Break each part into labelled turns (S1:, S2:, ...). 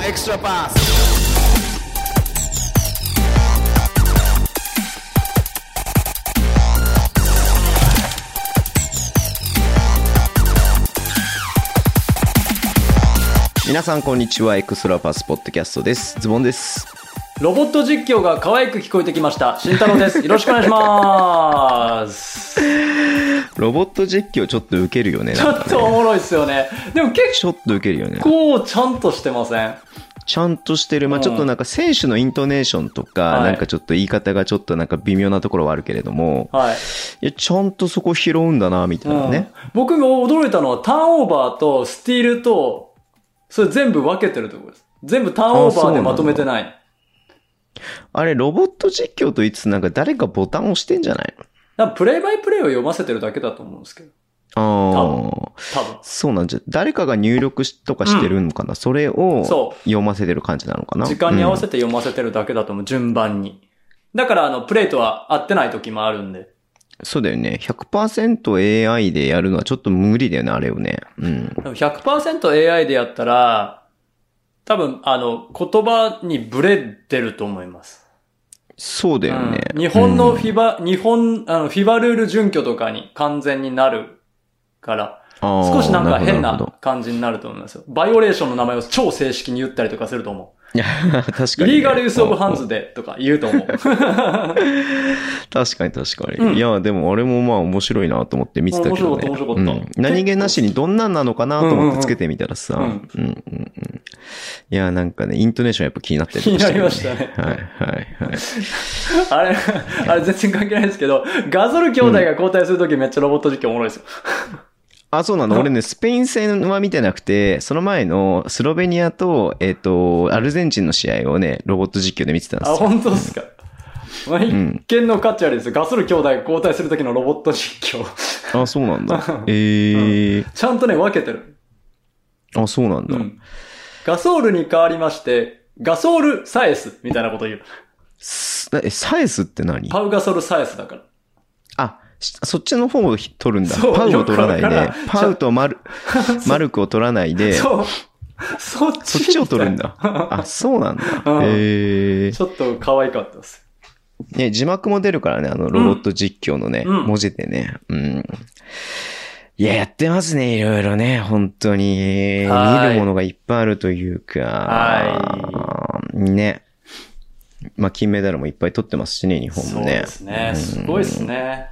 S1: Deixa eu passar.
S2: 皆さんこんにちはエクストラパスポッドキャストですズボンです
S3: ロボット実況が可愛く聞こえてきました。慎太 郎です。よろしくお願いします。
S2: ロボット実況ちょっとウケるよね
S3: ちょっとおもろいっすよね。でも結
S2: ちょっとウケるよね
S3: 構ちゃんとしてません。
S2: ちゃんとしてるまあ
S3: うん
S2: ちょっとなんか選手のイントネーションとか、
S3: はい
S2: なんかちょっと言い方がちょっとなんか微妙なところはあるけれども
S3: はい。
S2: いやちゃんとそこ拾うんだなみたいなね、
S3: うん、僕も驚いたのはターンオーバーとスティールと、それ全部分けてるところです。全部ターンオーバーでまとめてない。
S2: あれロボット実況と言いつつなんか誰かボタン押してんじゃない
S3: なんかプレイバイプレイを読ませてるだけだと思うんですけど。
S2: のああ
S3: 多分。
S2: そうなんじゃ誰かが入力しとかしてるのかな、それを
S3: そう
S2: 読ませてる感じなのかな
S3: 時間に合わせ
S2: て、
S3: て読ませてるだけだと思う、順番に。だから、あの、プレイとは合ってない時もあるんで。
S2: うんそうだよね 100%AI でやるのはちょっと無理だよねあれをねうん
S3: でも 100%AI でやったら、多分、あの、言葉にブレてると思います。
S2: そうだよね、
S3: うん日本の
S2: うん
S3: フィバ、日本、あの、フィバルール準拠とかに完全になるから、
S2: あー
S3: 少しなんか変
S2: るほどるほど
S3: な感じになると思いますよ。バイオレーションの名前を超正式に言ったりとかすると思う。
S2: いや、確か
S3: イ
S2: に、
S3: リーガルユースオブハンズでとか言うと思う。
S2: 確かに確かに。
S3: うん
S2: いや、でも俺もまあ面白いなと思って見てたけどね。
S3: 面白かった面白かった
S2: うん何気なしにどんなんなのかなと思ってつけてみたらさ。
S3: う
S2: うん
S3: うん
S2: んうんうんいや、なんかね、イントネーションやっぱ気になってる、
S3: 気になりましたね
S2: はいはいはい。
S3: あれ、あれ全然関係ないですけど、ガゾル兄弟が交代するときめっちゃロボット実況おもろいですよ。
S2: あ、そうなの俺ね、スペイン戦は見てなくて、その前のスロベニアと、えっ、と、アルゼンチンの試合をね、ロボット実況で見てたんです
S3: あ、
S2: よ。
S3: 本当ですか。まあ、一見の価値ありですよ。ガソル兄弟が交代するときのロボット実況。
S2: あ、そうなんだ。ええ
S3: ちゃんとね、分けてる。
S2: あ、そうなんだ。
S3: うん。ガソールに変わりまして、ガソールサエスみたいなこと言う。
S2: すえ、サエスって何
S3: パウガソルサエスだから。
S2: あ、しそっちの方をひ取るんだ。
S3: そう
S2: パウを取らない
S3: よくわ
S2: で
S3: からん。
S2: パウと マル、マルクを取らないで、そ
S3: そう。そっち。
S2: っちを取るん。だ。あ、そうなんだ。
S3: うん
S2: へえ
S3: ちょっと可愛かったです。
S2: ね、字幕も出るからね、あの、ロボット実況のね、
S3: うん
S2: 文字でね。うん。いや、やってますね、いろいろね、本当に。
S3: は
S2: 見
S3: い
S2: るものがいっぱいあるというか。
S3: は
S2: ね。まあ、金メダルもいっぱい取ってますしね、日本
S3: そ
S2: も
S3: う
S2: ね。
S3: ですね。すごいですね。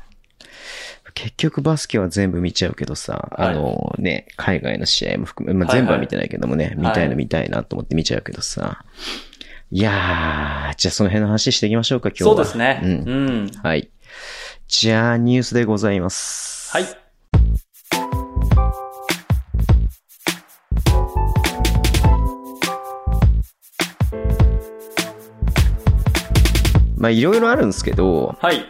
S2: 結局バスケは全部見ちゃうけどさ、
S3: はい
S2: あのね、海外の試合も含め、まあ、
S3: はいは
S2: 全
S3: い
S2: 部は見てないけどもね、見たい
S3: は
S2: の
S3: い
S2: 見たいなと思って見ちゃうけどさ。い、やー、じゃあその辺の話していきましょうか、今日は。
S3: そうですね。
S2: うん。
S3: うん。
S2: はい。じゃあニュースでございます。
S3: はい。。
S2: まあいろいろあるんですけど、
S3: はい。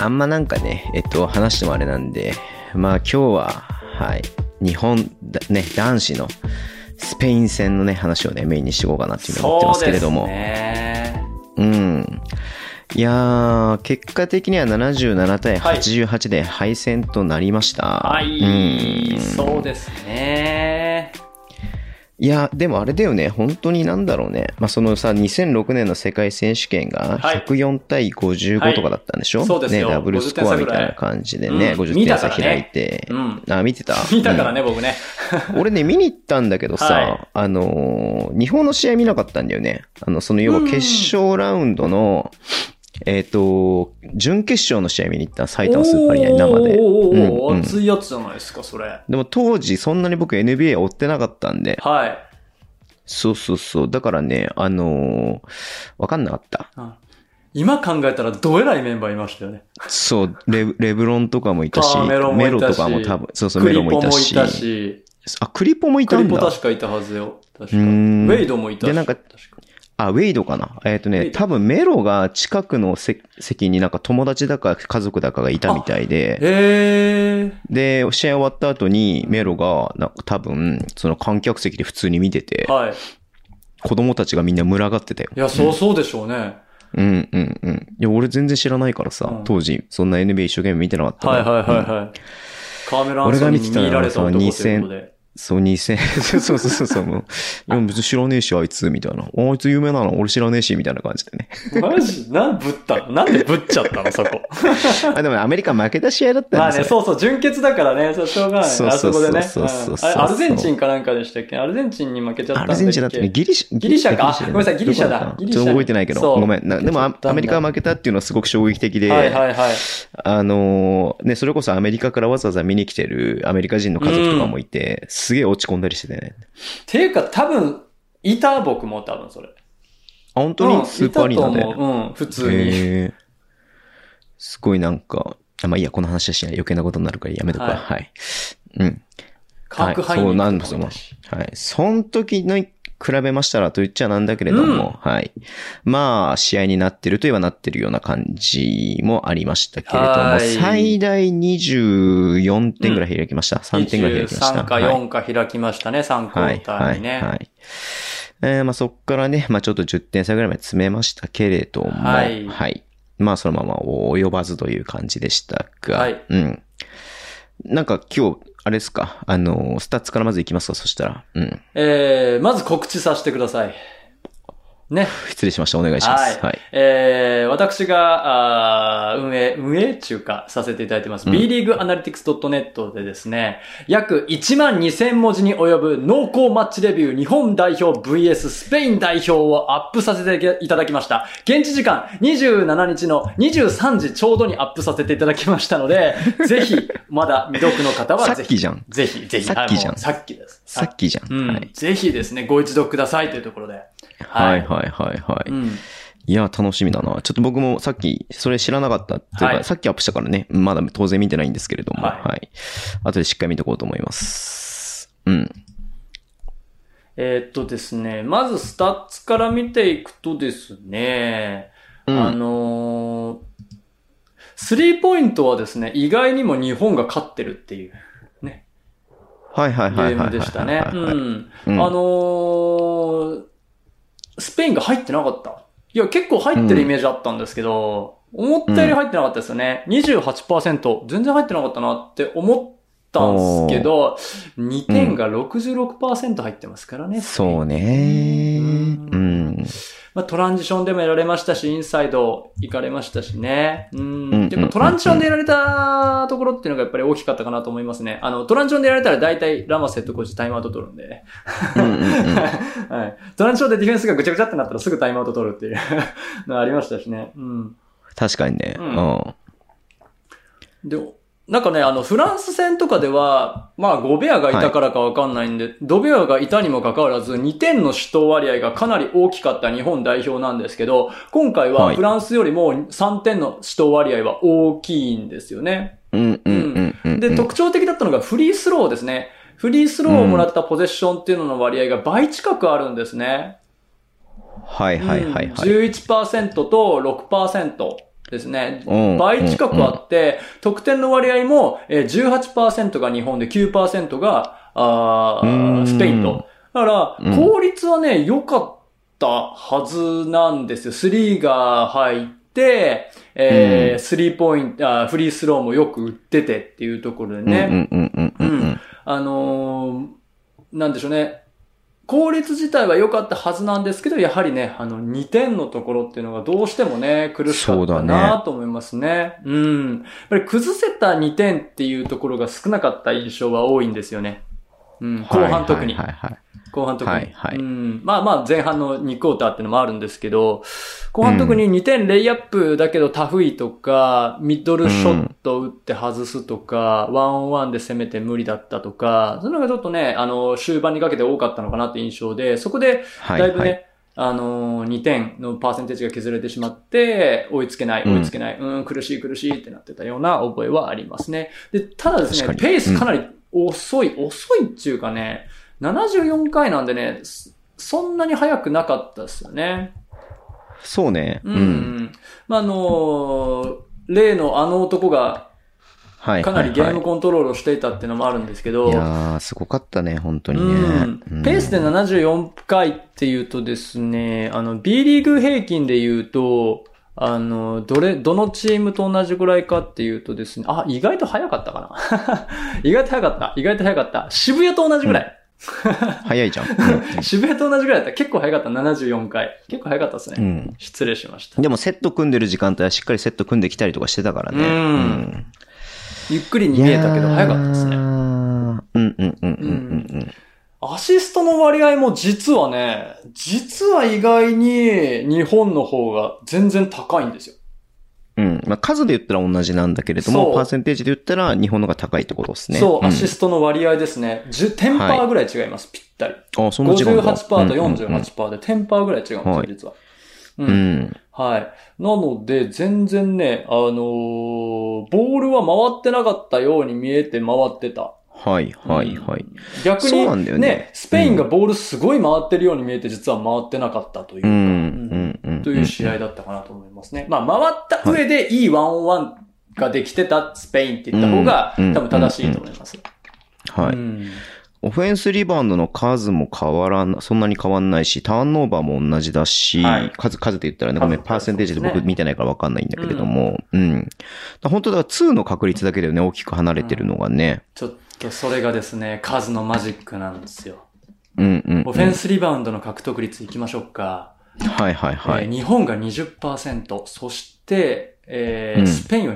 S2: あんまなんかね、えっと、話してもあれなんで、まあ今日は、はい、日本、だね、男子のスペイン戦のね、話をね、メインにしていこうかなっていうふうに思ってますけれども。
S3: そうですね。
S2: うん。いやー、結果的には77対88で敗戦となりました。
S3: はい、
S2: うん
S3: そうですね。
S2: いや、でもあれだよね、本当になんだろうね。まあ、そのさ、2006年の世界選手権が
S3: はい
S2: 104対
S3: は
S2: 55
S3: い
S2: とかだったんでしょ、
S3: そうですよ
S2: ね、ダブルスコアみたいな感じでね、
S3: うん
S2: 50点差開いて。
S3: うん
S2: あ、見てた
S3: 見たからね、僕ね。
S2: うん俺ね、見に行ったんだけどさ、
S3: はい
S2: あのー日本の試合見なかったんだよね。あの、その要は決勝ラウンドの、えっ、と、準決勝の試合見に行った埼玉スーパーアリーナに生で。
S3: おーおーおー
S2: うんうん
S3: 熱いやつじゃないですか、それ。
S2: でも当時そんなに僕 NBA 追ってなかったんで、
S3: はい。
S2: そうそうそう。だからね、あのーわかんなかった。
S3: うん今考えたらどえらいメンバーいましたよね。
S2: そう、レブレブロンとかもいたし、
S3: あメロもいたし
S2: とかも多分、そうそう、
S3: ク
S2: メ
S3: リ
S2: ロ
S3: ポ
S2: もい
S3: も
S2: た
S3: い
S2: し。
S3: たし、
S2: あ、クリポもい
S3: ク
S2: た
S3: リ
S2: ん
S3: ポ
S2: だ。
S3: 確かいたはずよ。確か。
S2: うー
S3: ウ
S2: ん
S3: ェイドもいたし。
S2: でなんか
S3: 確
S2: あ、ウェイドかな。えっ、と
S3: ウェ
S2: ね、
S3: イド
S2: 多分メロが近くのせ席になんか友達だか家族だかがいたみたいで、
S3: え
S2: で、試合終わった後にメロが、なんか多分、その観客席で普通に見てて
S3: ー、、はい。
S2: 子供たちがみんな群がってたよ。
S3: いや、そうそうでしょうね。
S2: うんうんうん。いや、俺全然知らないからさ、
S3: うん
S2: 当時、そんな NBA 一生懸命見てなかったか
S3: は
S2: ら
S3: いはいはい
S2: うん
S3: はい。カーメラ・アンソニーに見られた男ということで。
S2: そう、2000、そう そうそうそう、もう、いや別に知らねえし、あいつ、みたいな。あいつ有名なの俺知らねえし、みたいな感じで ね。
S3: マジなんぶったのなんでぶっちゃったのそこ。
S2: あ、でもねアメリカ負けた試合だったん
S3: まあ
S2: です
S3: ね、
S2: よ。
S3: そうそう、純潔だからね、そうしょうがない。
S2: そう
S3: あ
S2: そ
S3: そうこ
S2: そう
S3: でね。
S2: そうそう
S3: うんあれアルゼンチンかなんかでしたっけアルゼンチンに負けちゃった
S2: ア
S3: んだ
S2: ル
S3: っけ
S2: ゼンチンだってね、ギリシャ、
S3: ギリシャか
S2: ギ
S3: あごめんなさいギリシャだ
S2: どこった
S3: ギリシ
S2: ちょ
S3: ャ
S2: っと覚えてないけど、
S3: そう
S2: ごめん。なでもあ、アメリカは負けたっていうのはすごく衝撃的で、
S3: はいはいはい。
S2: あのーね、それこそアメリカからわざわざ見に来てるアメリカ人の家族とかもいて、すげえ落ち込んだりしててね。
S3: ていうか多分、いた僕も多分それ。
S2: あ、本当
S3: うん
S2: にスーパーアリーナで。
S3: いたと思ううん、普通に。
S2: へーすごいなんか、あまあいいや、この話はしない。余計なことになるからやめとくわ。
S3: はい
S2: はい。うん。
S3: 化学反
S2: はい、
S3: 応
S2: そうなんですよ。はい。その時の比べましたらと言っちゃなんだけれども、はい。まあ、試合になってるといえばなってるような感じもありましたけれど
S3: は
S2: も、
S3: い
S2: 最大24点ぐらい開きました。3点ぐらい開きました。
S3: 23か
S2: はい
S3: 4か開きましたね、3クォ
S2: はい
S3: ー、タ
S2: は
S3: ー
S2: い、
S3: にね。
S2: はい。えーまあそっからね、まあちょっと10点差ぐらいまで詰めましたけれども、
S3: はい
S2: まあそのまま及ばずという感じでしたが、
S3: はい
S2: うん。なんか今日、あれですか、あのー、スタッツからまずいきますか、そしたら。うん。
S3: えー、まず告知させてください。ね。
S2: 失礼しました、お願いします。はい。
S3: えー、私が、あー運営、運営中かさせていただいてます。
S2: うん
S3: bleagueanalytics.net でですね、約1万2000文字に及ぶ濃厚マッチレビュー日本代表 VS スペイン代表をアップさせていただきました。現地時間27日の23時ちょうどにアップさせていただきました ので、ぜひ、まだ未読の方は
S2: さ
S3: ぜ
S2: っ
S3: ひ
S2: き、じゃん。
S3: ぜひ、ぜひ、
S2: さっきじゃん
S3: はいもうさっきです。
S2: さっきじゃん。
S3: うん、
S2: はい。
S3: ぜひですね、ご一読くださいというところで。
S2: はいはいはいはい。
S3: うん。
S2: いや、楽しみだな。ちょっと僕もさっき、それ知らなかったっていうか、
S3: はい
S2: さっきアップしたからね、まだ当然見てないんですけれども、は
S3: はいい。
S2: 後でしっかり見とこうと思います。うん。
S3: えーっとですね、まずスタッツから見ていくとですね、
S2: うん
S3: あのースリーポイントはですね、意外にも日本が勝ってるっていうね、
S2: はいはい
S3: ゲ
S2: はい
S3: ー
S2: はいはいはいはい。
S3: ムでしたね。うん。
S2: う
S3: あ
S2: ん
S3: のースペインが入ってなかった。いや、結構入ってるイメージあったんですけど、思ったより入ってなかったですよね。28%、全然入ってなかったなって思ったんですけど、2点が66%入ってますからね。スペイン
S2: そうね。
S3: うん
S2: うん。
S3: まあ、トランジションでもやられましたし、インサイド行かれましたしね。う
S2: うんうん
S3: ん。やっぱトランジションでやられたところっていうのがやっぱり大きかったかなと思いますね。あの、トランジションでやられたら大体ラマスヘッドコーチタイムアウト取るんでね。
S2: うんうんう ん
S3: はい。トランジションでディフェンスがぐちゃぐちゃってなったらすぐタイムアウト取るっていうのありましたしね。うん。
S2: 確かにね。う。
S3: うんんで、なんかね、あの、フランス戦とかでは、まあ、ゴベアがいたからかわかんないんで、ドベアがいたにもかかわらず、2点の主投割合がかなり大きかった日本代表なんですけど、今回
S2: は
S3: はいフランスよりも3点の主投割合は大きいんですよね。
S2: うんうんうんうん。
S3: で、特徴的だったのがフリースローですね。フリースローをもらったポゼッションっていうのの割合が倍近くあるんですね。
S2: はいはいはい
S3: うん
S2: はい。
S3: 11%と6%ですね。
S2: うん
S3: 倍近くあって、得点の割合もえー18%が日本で9%があ
S2: う
S3: ー
S2: ん
S3: スペインと。だか
S2: う
S3: ら、
S2: ん
S3: 効率はね、良かったはずなんですよ。スリーが入って、
S2: う
S3: えー、スリーポイント、あーフリースローもよく打っててっていうところで
S2: うん
S3: ね。
S2: うんうんうんうんうん。
S3: あのーなんでしょうね。効率自体は良かったはずなんですけど、やはりね、あの、2点のところっていうのがどうしてもね、苦しか
S2: そ
S3: っ
S2: うだ
S3: た
S2: ね
S3: なと思いますね。うん。やっぱり崩せた2点っていうところが少なかった印象は多いんですよね。うん、後半特に
S2: は。いはいはい
S3: 後半特に。
S2: はいはい
S3: うん。まあまあ前半の2クォーターってのもあるんですけど、後半特に2点レイアップだけどタフいとか、ミドルショット打って外すとか、ワンオンワンで攻めて無理だったとか、そういうのがちょっとね、あの、終盤にかけて多かったのかなって印象で、そこで
S2: はい。
S3: だいぶね、
S2: はいはい。
S3: あのー、2点のパーセンテージが削れてしまって、追いつけない、
S2: うん
S3: 追いつけない、うん、苦しい苦しいってなってたような覚えはありますね。で、ただですね
S2: 確、かに
S3: ペースかなり遅い、遅いっていうかね、74回なんでね、そそんなに早くなかったですよね。
S2: そうね。う
S3: うん。
S2: ん。
S3: まあ、あのー例のあの男が
S2: はいはいはい。
S3: かなりゲームコントロールをしていたっていうのもあるんですけど、
S2: いやー、すごかったね、本当にね。
S3: うん、ペースで
S2: な
S3: 74回っていうとですね、あの、B リーグ平均で言うと、あの、どれ、どのチームと同じぐらいかっていうとですね、あ、意外と早かったかな。 意外と早かった。意外と早かった。渋谷と同じぐらい。
S2: 早い じゃん。う
S3: 渋谷と同じぐらいだった。結構早かった。74回。結構早かったですね。
S2: んうん
S3: 失礼しました。
S2: でもセット組んでる時間帯はしっかりセット組んできたりとかしてたからね。
S3: うんゆっくりに見えたけど、早かったです
S2: いや
S3: ね。
S2: ーうんうんうんうんうん
S3: アシストの割合も実はね、実は意外に日本の方が全然高いんですよ。
S2: うん。うん。まあ、数で言ったら同じなんだけれど
S3: そ
S2: も、
S3: う
S2: パーセンテージで言ったら日本の方が高いってことですね。
S3: そう、
S2: ん
S3: アシストの割合ですね。10、10%パーぐらい違います、ぴったり。
S2: あ、そんな違うんだ。
S3: 58%と
S2: うんうんうん
S3: 48%で10%パーぐらい違うんですよ
S2: は、い
S3: 実は。
S2: う
S3: うん。
S2: ん。
S3: はい。なので、全然ね、あのーボールは回ってなかったように見えて回ってた。
S2: はいはいはい。
S3: 逆
S2: そうな
S3: に
S2: んだ
S3: ね
S2: よね
S3: スペインがボールすごい回ってるように見えて、実は回ってなかったという
S2: う
S3: か、
S2: んうんうん。
S3: という試合だったかなと思いますね。まあ、回った上でいいワンオンワンができてたスペインって言った方が、
S2: うん
S3: 多分正しいと思います。
S2: は
S3: う
S2: い。
S3: ん
S2: オフェンスリバウンドの数も変わらな、そんなに変わんないし、ターンオーバーも同じだし、
S3: はい
S2: 数、数で言ったらね、
S3: 数
S2: ごめん、パーセンテージで
S3: そうで
S2: 僕
S3: すね
S2: 見てないからわかんないんだけれども、うん。だ本当だから2の確率だけでね、大きく離れてるのがね、
S3: ちょっとそれがですね、数のマジックなんですよ。
S2: うんうん、うん。
S3: オフェンスリバウンドの獲得率いきましょうか。
S2: はいはいはい。
S3: えー日本が20%、そして、えー
S2: うん
S3: スペインは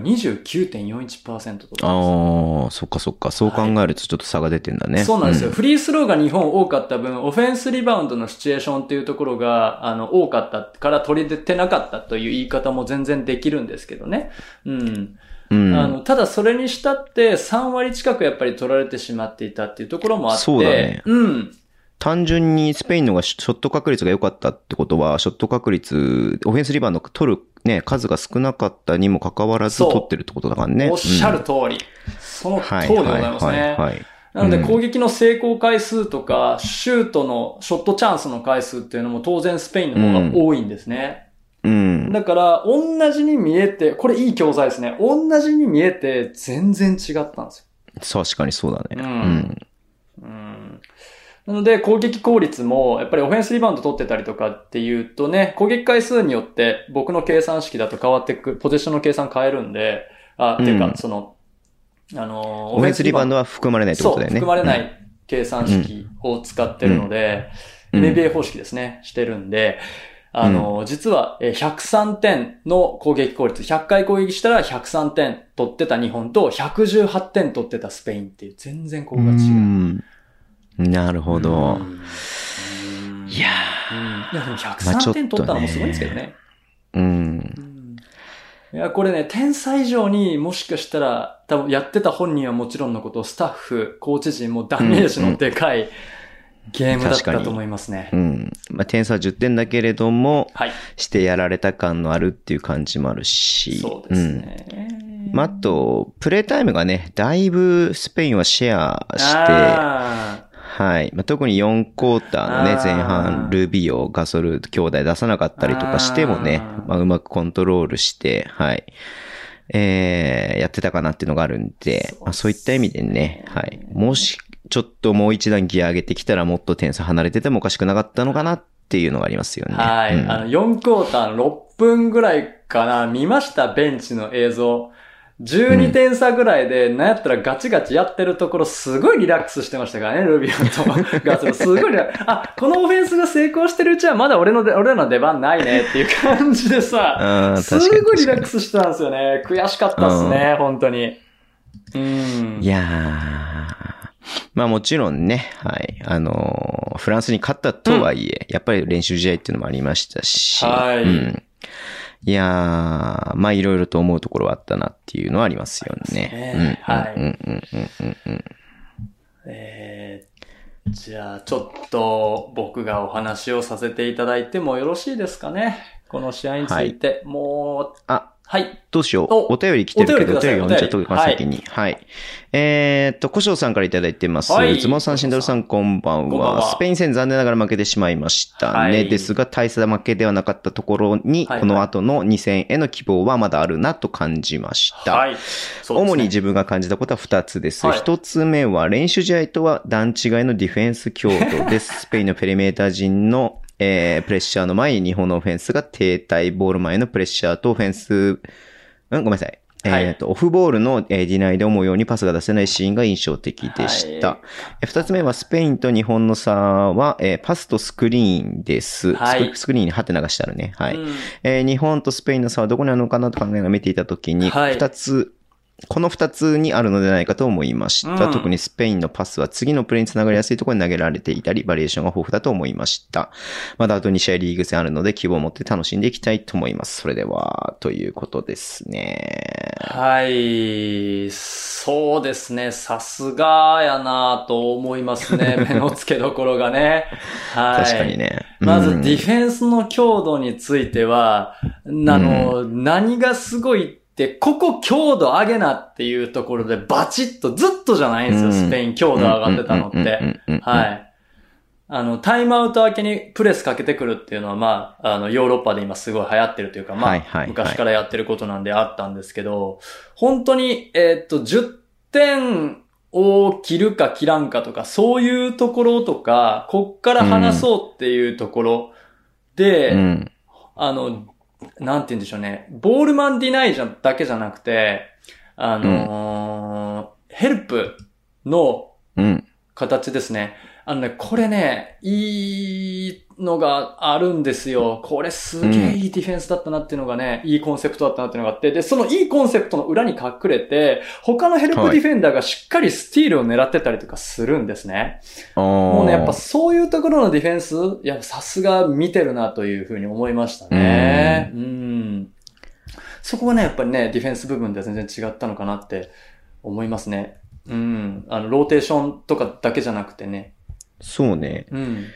S3: 29.41%と。
S2: ああ、そっかそっか。そう考えるとちょっと差が出てんだね。
S3: そうなんですよ。フリースローが日本多かった分、オフェンスリバウンドのシチュエーションっていうところが、あの、多かったから取り出てなかったという言い方も全然できるんですけどね。うん。
S2: うん。うん
S3: あの、ただそれにしたって、3割近くやっぱり取られてしまっていたっていうところもあって。
S2: そうだね
S3: うん。
S2: 単純にスペインのがショショット確率が良かったってことは、ショット確率、オフェンスリバウンド取る、ね、数が少なかったにもかかわらず
S3: そう
S2: 取ってるってことだからね。
S3: おっしゃる
S2: うん
S3: 通り。その通
S2: はい
S3: りでございます
S2: はいは
S3: ね
S2: い。はい
S3: なの
S2: う
S3: で
S2: ん
S3: 攻撃の成功回数とか、シュートのショットチャンスの回数っていうのも当然スペインの方が多いんですね。
S2: うん。
S3: だから、同じに見えて、これいい教材ですね。同じに見えて全然違ったんですよ。
S2: 確かにそうだね。うん
S3: う
S2: ん。
S3: うんなので、攻撃効率も、やっぱりオフェンスリバウンド取ってたりとかっていうとね、攻撃回数によって僕の計算式だと変わってく、ポジションの計算変えるんで、あ、
S2: うん
S3: ていうか、その、あの
S2: オフェンスリバウンド
S3: は
S2: は含まれないってことだよね。
S3: そう、含まれな
S2: うん。
S3: い計算式を使ってるので、
S2: うん
S3: NBA 方式ですね、してるんで、あの、実は、えー103点の攻撃効率、100回攻撃したら103点取ってた日本と、118点取ってたスペインっていう、全然ここが違う。
S2: うんなるほど。
S3: うん
S2: いや
S3: うんいや、でも
S2: まあちょ
S3: 103
S2: っと
S3: 点
S2: ね
S3: 取ったのもすごいんですけどね。
S2: ーうん。
S3: うんいや、これね、天才以上にもしかしたら、多分やってた本人はもちろんのこと、スタッフ、コーチ陣もダメージのでかいゲームだったと思いますね
S2: う。ん。まあ、点差は10点だけれども、
S3: はい。
S2: してやられた感のあるっていう感じもあるし。
S3: そうです
S2: ん
S3: ね。
S2: まあ、あと、プレイタイムがね、だいぶスペインはシェアして、
S3: あ
S2: はい。まあ、特に4クォーターのね、
S3: あー
S2: 前半、ルビオ、ガソル兄弟出さなかったりとかしてもね
S3: あー、
S2: まあ、うまくコントロールして、はい。えー、やってたかなっていうのがあるんで、
S3: そう
S2: まあ、そういった意味でね、はい。もし、ちょっともう一段ギア上げてきたらもっと点差離れててもおかしくなかったのかなっていうのがありますよね。
S3: ーはい。
S2: うん
S3: あの、4クォーターの6分ぐらいかな、見ました、ベンチの映像。12点差ぐらいで、なんやったらガチガチやってるところ、すごいリラックスしてましたからね、ルビオ とガスル。すごいリラックス。あ、このオフェンスが成功してるうちは、まだ俺ので、俺らの出番ないねっていう感じでさ、
S2: あー
S3: す
S2: 確かに
S3: ごいリ
S2: 確か
S3: ラッ
S2: に
S3: クスしてたんですよね。悔しかったっすね、本当に。うん。
S2: いやー。まあもちろんね、はい。あのーフランスに勝ったとはいえ、やっぱり練習試合っていうのもありましたし、
S3: はい
S2: うん、いやー、まあいろいろと思うところはあったなっていうのはありますよね。
S3: ありますね
S2: うんうんうんうんうんうんうん
S3: えー、じゃあ、ちょっと僕がお話をさせていただいてもよろしいですかね。この試合について。もう、
S2: あ、
S3: はい。
S2: どうしよう。
S3: お
S2: お便り来てるけど、
S3: お便りください
S2: お便り読んじゃっとくか、
S3: お便り
S2: 先に。はい。えーっと、古生さんからいただいてます。
S3: はい
S2: ズモさん、シンドルさん、こんばん
S3: こんばん
S2: は。
S3: は
S2: スペイン戦残念ながら負けてしまいましたね。
S3: はい
S2: ですが、大差負けではなかったところに、
S3: はいはい
S2: この後の2戦への希望はまだあるなと感じました。
S3: はい。そうですね
S2: 主に自分が感じたことは2つです。
S3: はい
S2: 1つ目 は練習試合とは段違いのディフェンス強度です。スペインのペリメーター陣のえー、プレッシャーの前に日本のオフェンスが停滞、ボール前のプレッシャーとオフェンス、うん、ごめんなさい。
S3: はい
S2: えっ、と、オフボールの、えーディナイで思うようにパスが出せないシーンが印象的でした。
S3: はい
S2: えー二つ目はスペインと日本の差は、えーパスとスクリーンです。
S3: はい
S2: スクスクリーンにハテナがしてあるね。はい。
S3: うん
S2: えー日本とスペインの差はどこにあるのかなと考えながら見ていたときに、
S3: はい
S2: 二つ、この二つにあるのではないかと思いました。
S3: うん
S2: 特にスペインのパスは次のプレーにつながりやすいところに投げられていたり、バリエーションが豊富だと思いました。まだあと2試合リーグ戦あるので、希望を持って楽しんでいきたいと思います。それでは、ということですね。
S3: はい、そうですね。さすがやなと思いますね。 目の付けどころがね。はい。
S2: 確かにね。
S3: まず
S2: うん
S3: ディフェンスの強度については、あの、何がすごいって、ここ強度上げなっていうところでバチッとずっとじゃないんで
S2: う
S3: すよ、
S2: ん
S3: スペイン強度上がってたのっ
S2: うんうん
S3: て。
S2: うんうんうんうん
S3: はい。あの、タイムアウト明けにプレスかけてくるっていうのは、まあ、あの、ヨーロッパで今すごい流行ってるというか、まあ、
S2: はいはいはい
S3: 昔からやってることなんであったんですけど、本当に、えーっと、10点を切るか切らんかとか、そういうところとか、こっから話そうっていうところで、
S2: うん。
S3: あの、なんて言うんでしょうね。ボールマンディナイじゃだけじゃなくて、あのーヘルプの
S2: うん。
S3: 形ですね。あのね、これね、いいのがあるんですよ。これすげえいいディフェンスだったなっていうのがね、いいコンセプトだったなっていうのがあって、で、そのいいコンセプトの裏に隠れて、他のヘルプディフェンダーがしっかりスティールを狙ってたりとかするんですね。
S2: も
S3: もうね、やっぱそういうところのディフェンス、いや、さすが見てるなというふうに思いましたね。うん。そこがね、やっぱりね、ディフェンス部分では全然違ったのかなって思いますね。うん。あの、ローテーションとかだけじゃなくてね。
S2: そうね。
S3: うん。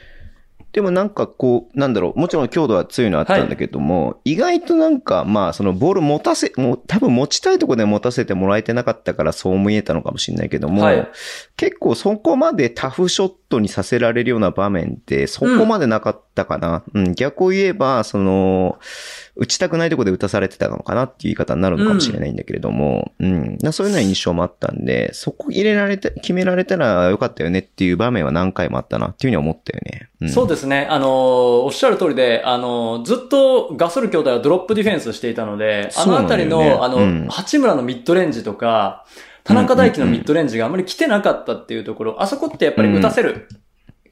S2: でもなんかこう、なんだろう、もちろん強度は強いのはあったんだけども、意外となんか、まあ、そのボール持たせ、もう多分持ちたいところで持たせてもらえてなかったからそう見えたのかもしれないけども、
S3: はい
S2: 結構そこまでタフショットにさせられるような場面ってそこまでなかったかな。うん、逆を言えば、その、打ちたくないところで打たされてたのかなっていう言い方になるのかもしれないんだけれども、うん、なそういうような印象もあったんで、そこ入れられて、決められたらよかったよねっていう場面は何回もあったなっていうふうに思ったよね。うん
S3: そうですね。あのーおっしゃる通りで、あのーずっとガソル兄弟はドロップディフェンスしていたので、あのあたり
S2: そ
S3: の、
S2: うなんだ
S3: あ
S2: よ
S3: の、
S2: ねうん
S3: 八村のミッドレンジとか、田中大輝のミッドレンジがあまり来てなかったっていうところ、あそこってやっぱり打たせる。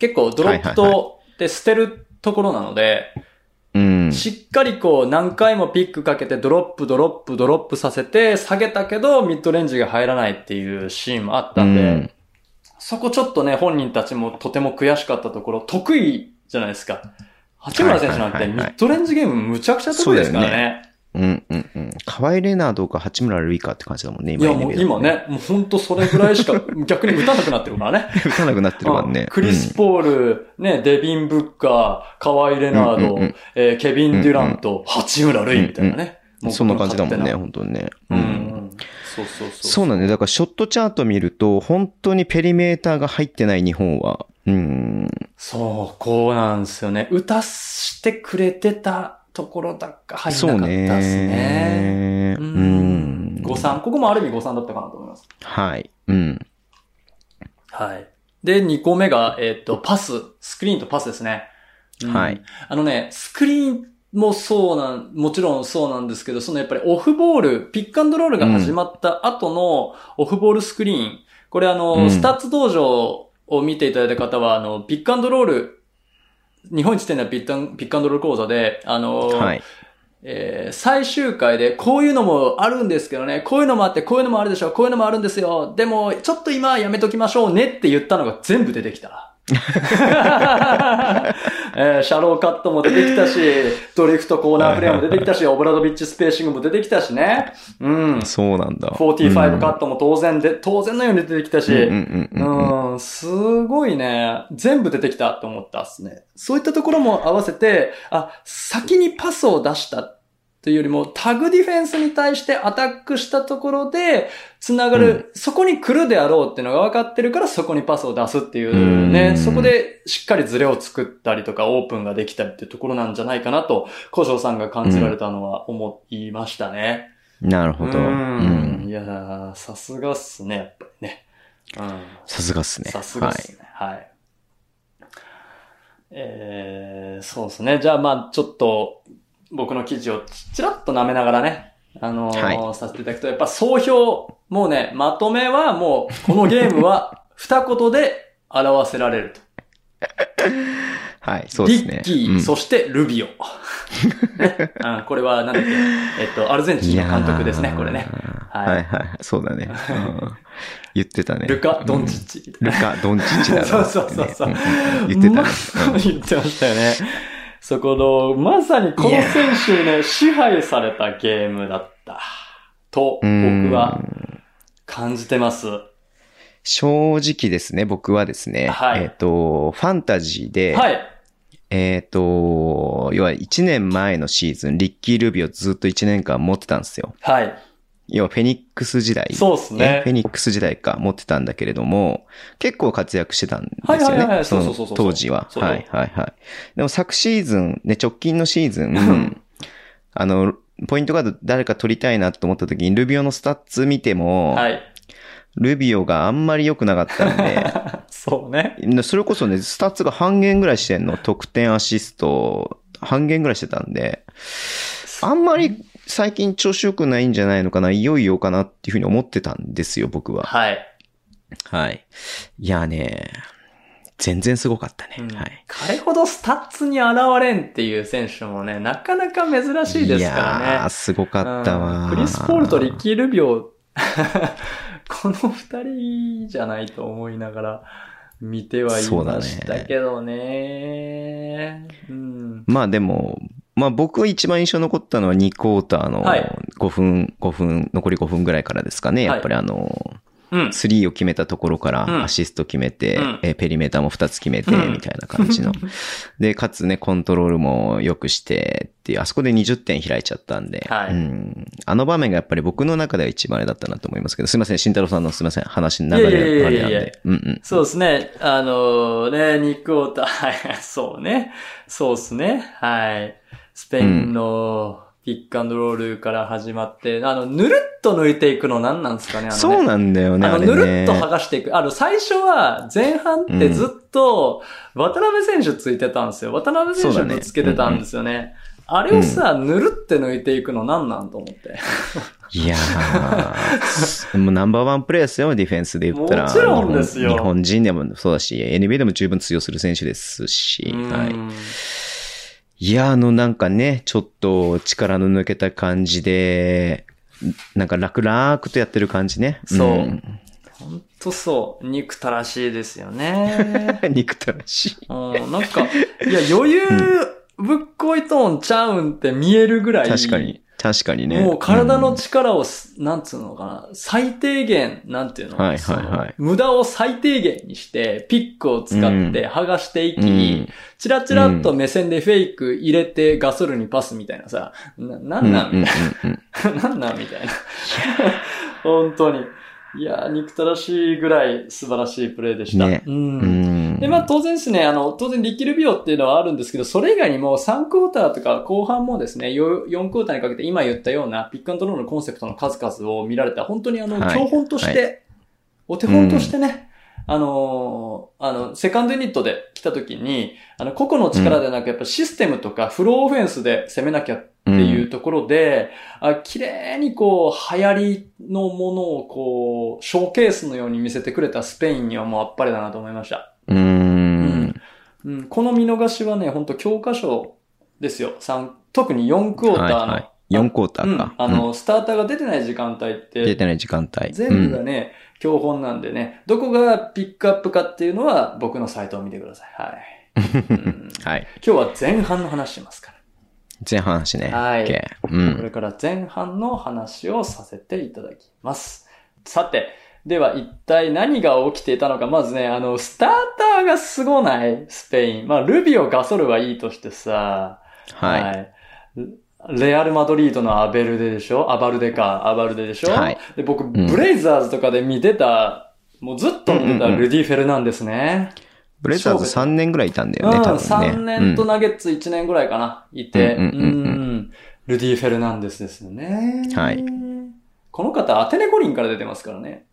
S3: 結構ドロップ
S2: はいは
S3: と、で捨てるところなので、
S2: うん。
S3: しっかりこう何回もピックかけてドロップドロップドロップさせて下げたけどミッドレンジが入らないっていうシーンもあったんで、
S2: うん
S3: そこちょっとね、本人たちもとても悔しかったところ、得意じゃないですか。八村選手な
S2: は
S3: ん
S2: い
S3: て
S2: はい
S3: ミ
S2: はいはい
S3: ッドレンジゲームむちゃくちゃ得意ですから
S2: そうだ
S3: ね。
S2: うんうんうん。河合レナーどうか八村塁かって感じだもんね、
S3: い
S2: 今。
S3: やもう今。ね、もうほんとそれぐらいし か逆に打たなくなってるからね。
S2: 打たなくなってるからね
S3: う。んクリス・ポール、ね、デビン・ブッカー、カワイ・レナード、
S2: うんうんうん
S3: えーケビン・デュラント、八村塁みたいなね。
S2: うん
S3: もう
S2: そんな感じだもん
S3: 勝手
S2: ね、
S3: な
S2: 本当にね。
S3: うんうん。そうそうそう。
S2: そうなんだよ。だから、ショットチャート見ると、本当にペリメーターが入ってない日本は、うん。
S3: そう、こうなんですよね。歌してくれてたところだか入
S2: そ
S3: ん
S2: う
S3: なかったですね。
S2: ね。
S3: う
S2: うん。
S3: 誤算。ここもある意味誤算だったかなと思います。
S2: はい。うん。
S3: はい。で、2個目が、えっ、と、パス。スクリーンとパスですね。うん
S2: はい。
S3: あのね、スクリーンもそうなん、もちろんそうなんですけど、そのやっぱりオフボール、ピックアンドロールが始まった後のオフボールスクリーン。これあの、
S2: うん
S3: スタッツ道場を見ていただいた方は、あの、ピックアンドロール、日本一店のピックアンピックアンドロール講座で、あの、
S2: はい。
S3: えー最終回で、こういうのもあるんですけどね、こういうのもあって、こういうのもあるでしょ、こういうのもあるんですよ、でも、ちょっと今やめときましょうねって言ったのが全部出て きた。えーシャローカットも出てきたし、ドリフトコーナープレイも出てきたし、オブラドビッチスペーシングも出てきたしね。うん。
S2: そうなんだ。
S3: 45カットも当然で、当然のように出てきたし、
S2: うんうんうんうんうん。
S3: うん、すごいね。全部出てきたと思ったっすね。そういったところも合わせて、あ、先にパスを出したというよりも、タグディフェンスに対してアタックしたところで、つながる、そこに来るであろうっていうのが分かってるから、そこにパスを出すっていう
S2: う
S3: ね、
S2: ん
S3: そこでしっかりズレを作ったりとか、オープンができたりっていうところなんじゃないかなと、古城さんが感じられたのは思いましたね。
S2: なるほど。う
S3: うん。
S2: ん。
S3: いやー、さすがっすね、やっぱりね。うん
S2: さすがっすね。
S3: さすが
S2: は
S3: で
S2: い
S3: すね。はい。えー、そうですね。じゃあまあちょっと僕の記事をちらっと舐めながらね、あのー
S2: は
S3: させていただくと、やっぱ総評、もうね、まとめはもうこのゲー ムは二言で表せられると。
S2: はい、そうです
S3: リ
S2: ね
S3: ッ。キー、
S2: うん
S3: そして ルビオ。ね、あこれはなんだっけ、えっと、アルゼンチンの監督ですね、これね。。
S2: はいい、はい、はい。そうだね。うん言ってたね。
S3: ルカ・ドンチ
S2: チ。
S3: ッチみたいな。
S2: ルカ・ドンチッチだろってね。
S3: そうそうそうそうん
S2: んん言ってた
S3: ま
S2: ね。
S3: あ言ってましたよね。そこの、まさにこの選手ね、支配されたゲームだった。と、
S2: う
S3: 僕
S2: ん
S3: は感じてます。は
S2: 正直ですね、僕はですね、
S3: はい
S2: えっ、と、ファンタジーで、
S3: い。
S2: えっ、と、要は1年前のシーズン、リッキー・ルビーをずっと1年間持ってたんですよ。
S3: はい。
S2: 要はフェニックス時代。
S3: そうですね
S2: フェ。ニックス時代か持ってたんだけれども、結構活躍してたんです
S3: は
S2: よね。
S3: いはいはいはいそうそう
S2: の
S3: そうそう
S2: 当時は。
S3: そう
S2: はいはいはい。でも昨シーズン、ね、直近のシーズン、
S3: ん
S2: あの、ポイントガード誰か取りたいなと思った時に、ルビオのスタッツ見ても、
S3: はい。
S2: ルビオがあんまり良くなかったんで、
S3: そうね。
S2: それこそね、スタッツが半減ぐらいしてんの。得点、アシスト、半減ぐらいしてたんで、あんまり最近調子良くないんじゃないのかな、いよいよかなっていうふうに思ってたんですよ、僕は。
S3: はい。
S2: はい。いやね、全然すごかったね。
S3: うん
S2: はい。
S3: 彼ほどスタッツに現れんっていう選手もね、なかなか珍しいですからね。
S2: いやー、すごかったわ
S3: う
S2: ー。
S3: んクリス・ポールとリッキー・ルビオ、 この二人じゃないと思いながら見てはいましたけどね。うん。
S2: まあでも、まあ僕は一番印象に残ったのは2クォーターの
S3: はい
S2: 5分、5分、残り5分ぐらいからですかね。
S3: はい
S2: やっぱりあの、
S3: うん。
S2: スリーを決めたところか
S3: うん
S2: らアシスト決めて、
S3: うん
S2: えーペリメーターも2つ決めて、
S3: うん
S2: みたいな感じ の。で、かつね、コントロールも良くしてっていう、あそこで20点開いちゃったんで、
S3: はい
S2: うん、あの場面がやっぱり僕の中では一番あれだったなと思いますけど、すいません、慎太郎さんのすいません、話の流
S3: いやい
S2: れ
S3: や
S2: あ
S3: いやい
S2: れ
S3: や
S2: なんで。うんうん。
S3: そうですね。あのね、ニック・ウォーター はい、そうね。そうですね。はい。スペインのピックアンドロールから始まって、あの、ぬるっと抜いていくの何なんですかね、あのね。
S2: そうなんだよね、
S3: あ
S2: あ
S3: の、
S2: れ
S3: ぬる
S2: ね
S3: っと。剥がしていく。あの、最初は、前半ってずっと、渡辺選手ついてたんですよ。渡辺選
S2: そ
S3: 手
S2: うだね
S3: ぶつけてたんですよね。あれをさ、ぬるって抜いていくのなんなんと思 って。
S2: いや ー、もうナンバーワンプレーですよ、ディフェンスで言ったら。
S3: もちろんですよ
S2: 日本日本人でもそうだし、NBA でも十分通用する選手ですし、は
S3: う
S2: い。
S3: ん
S2: いや、あの、なんかね、ちょっと力の抜けた感じで、なんか楽々とやってる感じね。
S3: そうんほんとそう。憎たらしいですよ ね。
S2: 憎たらしい。
S3: うん、なんか、いや、余裕ぶっこいとんちゃうんって見えるぐらい。
S2: 確かに。。確かにね。
S3: もう体
S2: う
S3: の
S2: ん
S3: 力をす、なんつうのかな、最低限、なんていうの,、
S2: はいはいはい
S3: その無駄を最低限にして、ピックを使って剥がしていき、
S2: うん
S3: チラチラっと目線でフェイク入れてガソルにパスみたいなさ、な、なんなんみたい
S2: うんうんうん
S3: な、なんなんみたいな。 本当に。いやー、憎たらしいぐらい素晴らしいプレーでした。
S2: ね
S3: うん
S2: うん
S3: で、まあ当然ですね、あの、当然力ビオっていうのはあるんですけど、それ以外にも3クォーターとか後半もですね、よ4クォーターにかけて今言ったようなピックアンドロールのコンセプトの数々を見られた、本当にあの、
S2: はい
S3: 教本として、お手本としてね、あのーあの、セカンドユニットで来た時に、あの、個々の力ではなく、やっぱシステムとかフローオフェンスで攻めなきゃっていうところで、あ綺麗にこう、流行りのものをこう、ショーケースのように見せてくれたスペインにはもうあっぱれだなと思いました。
S2: うん。うん。
S3: うん、この見逃しはね、本当教科書ですよ。三特に4クォーターの、
S2: はいはい4クォータ
S3: う
S2: ー
S3: ん
S2: か。、
S3: あ
S2: うん、
S3: の、スターターが出てない時間帯っ
S2: 出
S3: て、
S2: てない時間帯。
S3: 全部がね、教本なんでね、どこがピックアップかっていうのは僕のサイトを見てください。はい。うん
S2: うんはい。
S3: 今日は前半の話しますか
S2: 前半話ね。
S3: はい
S2: OK う
S3: ら。これ
S2: ん。
S3: から前半の話をさせていただきます。さて、では一体何が起きていたのか。まずね、あの、スターターがすごない、スペイン。まあ、ルビオ、ガソルはいいとしてさ、
S2: はい。
S3: いレアル・マドリードのアベルデでしょアバルデか、アバルデでしょ、
S2: はい
S3: で、僕、ブレイザーズとかで見てた、もうずっと見て
S2: う
S3: た
S2: んうんうん
S3: ルディ・フェルナンですね。
S2: ブレザーズ3年ぐらいいたんだ
S3: う
S2: よ
S3: ん、
S2: ね、多分ね。
S3: 3年と
S2: うん
S3: ナゲッツ1年ぐらいかな、いて。う
S2: うんんうんうんうん
S3: ルディ・フェルナンデスですよね。
S2: はい。
S3: この方、アテネ五輪から出てますからね。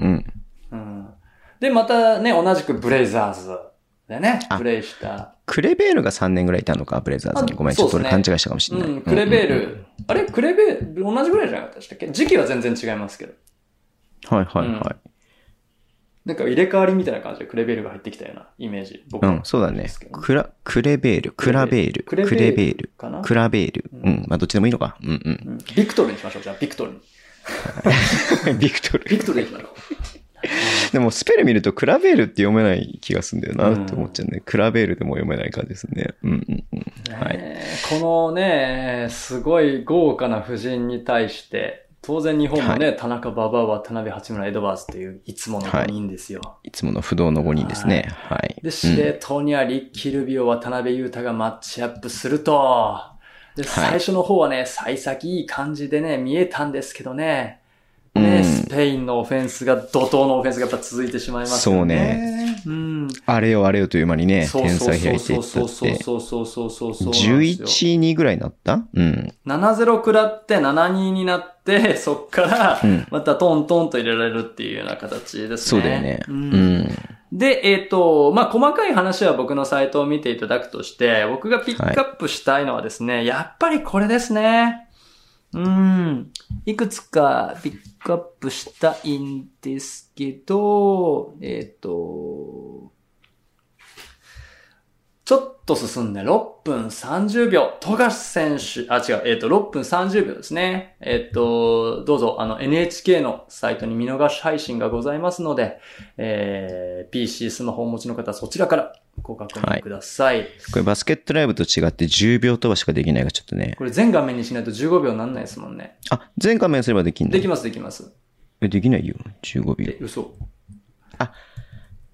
S2: うん。
S3: うん。で、またね、同じくブレイザーズでね、
S2: あ
S3: プレイした。
S2: クレベールが3年ぐらいいたのか、ブレイザーズに。
S3: あ
S2: ごめん、ちょっと
S3: そうで
S2: 俺
S3: す
S2: 勘
S3: ね
S2: 違いしたかもしれ
S3: う
S2: ない。
S3: ん、クレベー
S2: うんうん
S3: ル。あれクレベール、同じぐらいじゃなかったでしたっけ時期は全然違いますけど。
S2: はいはいは
S3: なんか入れ替わりみたいな感じでクレベールが入ってきたようなイメージ。僕
S2: い。う
S3: は
S2: ん、そうだね
S3: ですけ。ど
S2: クラ、クレベール、クラベール、
S3: ク
S2: ク
S3: レ
S2: レ
S3: ベール
S2: ベール、
S3: かな
S2: クラベール。
S3: う
S2: うんん、まあどっちでもいいのか。うんうん。
S3: うんビクトルにしましょう、じゃあ、ビクトルに。
S2: ビクトル。
S3: ビクトルでいきましょ
S2: でもスペル見るとクラベールって読めない気がするんだよなって思っちゃうね。クラベールでも読めない感じですね。うんうんうん。
S3: う。
S2: はい
S3: ねえこのね、すごい豪華な夫人に対して、当然日本もね、田中馬場、渡辺八村、エドワーズといういつもの5人ですよ。
S2: いつもの不動の5人ですね。はい。
S3: で、司令塔にはリッキー・ルビオ、渡辺裕太がマッチアップすると、
S2: は
S3: で、
S2: い
S3: 最初の方はね、幸先いい感じでね、見えたんですけどね、
S2: うん
S3: ね、
S2: うん
S3: スペインのオフェンスが、怒涛のオフェンスがやっぱ続いてしまいますよね。そうね。うん。
S2: あれよあれよという間にね、
S3: そう
S2: 天
S3: そう
S2: 才開いていっ
S3: そう
S2: た
S3: そう
S2: っ
S3: そう
S2: て。
S3: そうそうそうそうそうなんですよ。
S2: 11、2ぐらいになったうん。
S3: 7-0食らって7-2になって、そっから
S2: うん、
S3: またトントンと入れられるっていうような形です
S2: そ
S3: ね。
S2: うだよね。う
S3: うん
S2: ん。
S3: で、えっ、と、まあ、細かい話は僕のサイトを見ていただくとして、僕がピックアップしたいのはですね、やっぱりこれですね。うん。いくつかピックアップしたいんですけど、えっ、と、ちょっと進んで6分30秒。富樫選手、あ、違う、えっ、と、6分30秒ですね。えっ、と、どうぞ、あの、NHK のサイトに見逃し配信がございますので、えー、PC、スマホをお持ちの方はそちらからご確認ください。
S2: これバスケットライブと違って10秒飛ばしかできないがちょっとね。
S3: これ全画面にしないと15秒になんないですもんね。
S2: あ、全画面すればできんの
S3: できます、できます。
S2: えできないよ。15秒
S3: え、。嘘。
S2: あ、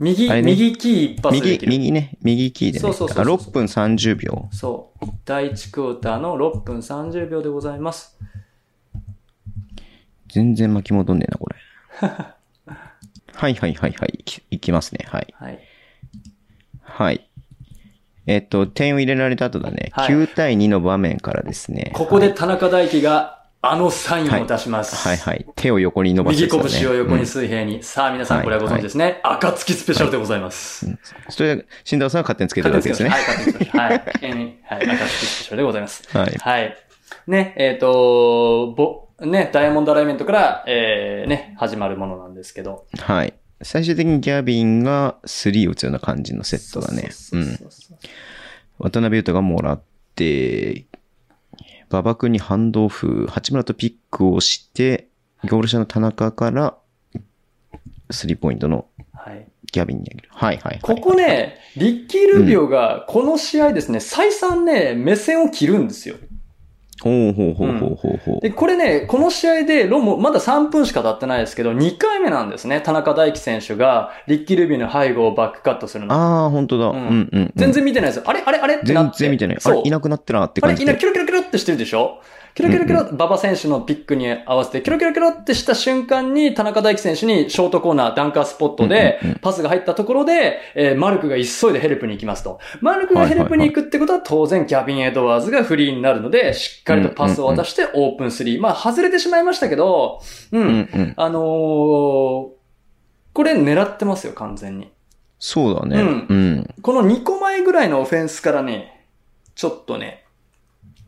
S3: 右、
S2: あれね
S3: 右キー一発でで
S2: 右
S3: き、る。
S2: 右ね。右キーでね。
S3: そうそうそうそう
S2: あ6分30秒。
S3: そう。第1クォーターの6分30秒でございます。
S2: 全然巻き戻んねえな、これ。 はいはいはいはい。いきいきますね。はい。
S3: はい。
S2: はい。えっと、点を入れられた後だね。
S3: はい
S2: 9対2の場面からですね。
S3: ここで田中大輝があのサインを出します。
S2: はいはい。手を横に伸ばして
S3: 右
S2: ですよね
S3: 拳を横
S2: う
S3: に
S2: ん
S3: 水平に。さあ皆さんこれはご存知ですね。暁スペシャルでございます。
S2: それで、新藤さんは勝手につけてるわけですね。
S3: はい、勝手につけましたはい。えーはい、暁スペシャルでございます。
S2: はい。
S3: はい。ね、えっ、と、ぼ、ね、ダイヤモンドアライメントから、えー、ね、始まるものなんですけど。
S2: はい。最終的にギャビンが3打つような感じのセットだね。。
S3: そううんそうそうそう
S2: 渡辺裕太がもらって、馬場君にハンドオフ、八村とピックをして、ゴール下の田中から、スリーポイントの
S3: はい。
S2: ギャビンにあげる。はいはいはい。
S3: ここね、リッキー・ルビオが、この試合ですね、再三ね、目線を切るんですよ。
S2: ほうほうほうほうほうほう。
S3: で、これね、この試合で、ロモ、まだ3分しか経ってないですけど、2回目なんですね。田中大輝選手が、リッキー・ルビオの背後をバックカットするの。
S2: ああ、本当だ。
S3: う
S2: うんんうんうん。
S3: 全然見てないですよ。あれあれあれってな
S2: 全
S3: って。
S2: 然見てない。あ
S3: そ
S2: れ、
S3: う
S2: いなくなってなって
S3: あ
S2: 感
S3: れ、
S2: じ
S3: 今、
S2: で。
S3: キロキロキロってしてるでしょキロキロキロ、馬場選手のピックに合わせて、キロキロキロってした瞬間に、田中大輝選手にショートコーナー、ダンカースポットで
S2: うんうんうん、
S3: パスが入ったところで、えーマルクが急いでヘルプに行きますと。マルクがヘルプに行くってことは、当然、ギャビン・エドワーズがフリーになるので、しっかりとパスを渡して、オープン3。まあ、外れてしまいましたけど、う
S2: うん
S3: ん。
S2: うん。
S3: あのーこれ狙ってますよ、完全に。
S2: そうだね。
S3: うん
S2: うん。
S3: この2個前ぐらいのオフェンスからね、ちょっとね、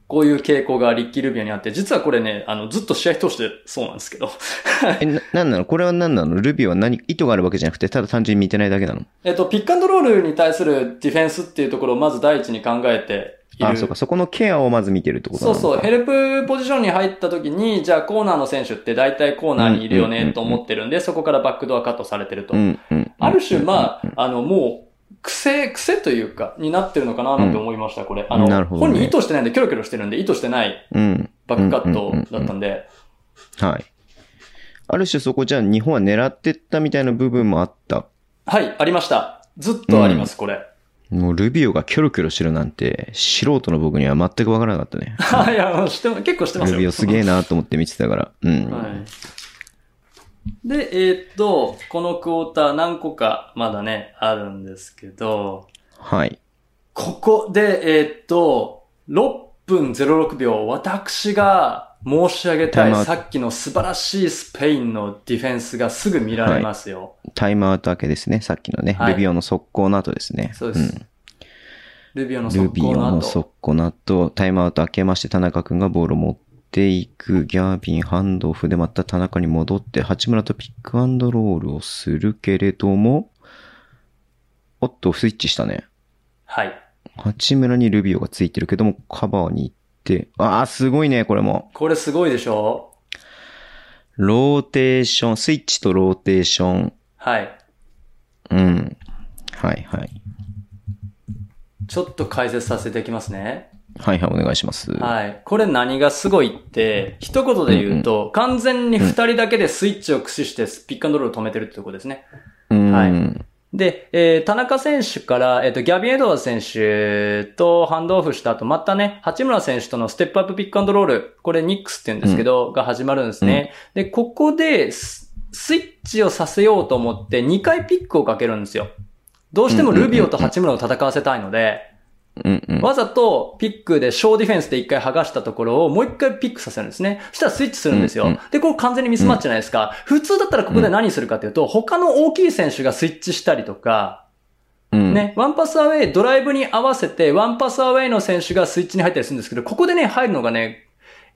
S3: こういう傾向がリッキー・ルビオにあって、実はこれね、あの、ずっと試合通してそうなんですけど。
S2: え、な、なんなのこれは何なのルビーは何、意図があるわけじゃなくて、ただ単純に見てないだけなの
S3: えっと、ピックアンドロールに対するディフェンスっていうところをまず第一に考えている。
S2: あ、そうか。そこのケアをまず見てるってことな
S3: そう
S2: のか
S3: そう、ヘルプポジションに入った時に、じゃあコーナーの選手って大体コーナーにいるよ
S2: うんうんうんう
S3: ね
S2: ん
S3: と思ってるんで、そこからバックドアカットされてると。
S2: うんうん。
S3: ある種、まあ、あの、もう、癖、癖というか、になってるのかななんて思いました、これ。あの、
S2: なるほどね
S3: 本人意図してないんで、キョロキョロしてるんで、意図してない
S2: うん。
S3: バックカットだったんで、
S2: はい。ある種そこじゃあ日本は狙ってったみたいな部分もあった。
S3: はい、ありました。ずっとあります、これ。。
S2: もうルビオがキョロキョロしてるなんて、素人の僕には全くわからなかったね
S3: はい、あの、しても、結構して ますよ。
S2: ルビオすげえなと思って見てたから。うん。
S3: はい。で、えーっと、このクォーター何個かまだね、あるんですけど、
S2: はい。
S3: ここで、えーっと、6分06秒、私が申し上げた
S2: タイムア
S3: い、
S2: ウト
S3: さっきの素晴らしいスペインのディフェンスがすぐ見られますよ。
S2: タイムアウト明けですね。さっきのね、
S3: はい
S2: ルビオの速攻の後ですね。
S3: そうです。ルビオの
S2: うん。ル
S3: 速
S2: ビオ
S3: 攻の
S2: の
S3: 後。
S2: 速攻の後、タイムアウト明けまして、田中くんがボールを持っていく。ギャービンハンドオフでまた田中に戻って、八村とピックアンドロールをするけれども、おっと、スイッチしたね。
S3: はい。
S2: 八村にルビオがついてるけども、カバーに行って、ああ、すごいね、これも。
S3: これすごいでしょ
S2: ローテーション、スイッチとローテーション。
S3: はい。
S2: うん。はいはい。
S3: ちょっと解説させていきますね。
S2: はいはい、お願いします。
S3: はい。これ何がすごいって、一言で言うと、完全に二人だけでスイッチを駆使してピックアンドロールを止めてるってとこですね。
S2: うん。
S3: はいで、えー田中選手から、えっ、と、ギャビン・エドワーズ選手とハンドオフした後、またね、八村選手とのステップアップピックアンドロール、これニックスって言うんですけど、が始まるんですね。で、ここでス、スイッチをさせようと思って、2回ピックをかけるんですよ。どうしてもルビオと八村を戦わせたいので、
S2: うんうん。
S3: わざとピックで小ディフェンスで一回剥がしたところをもう一回ピックさせるんですね。そしたらスイッチするんですよ。
S2: うんうん
S3: で、これ完全にミスマッチじゃないですか。普通だったらここで何するかというと、他の大きい選手がスイッチしたりとか、
S2: うん。
S3: ね、ワンパスアウェイ、ドライブに合わせて、ワンパスアウェイの選手がスイッチに入ったりするんですけど、ここでね、入るのがね、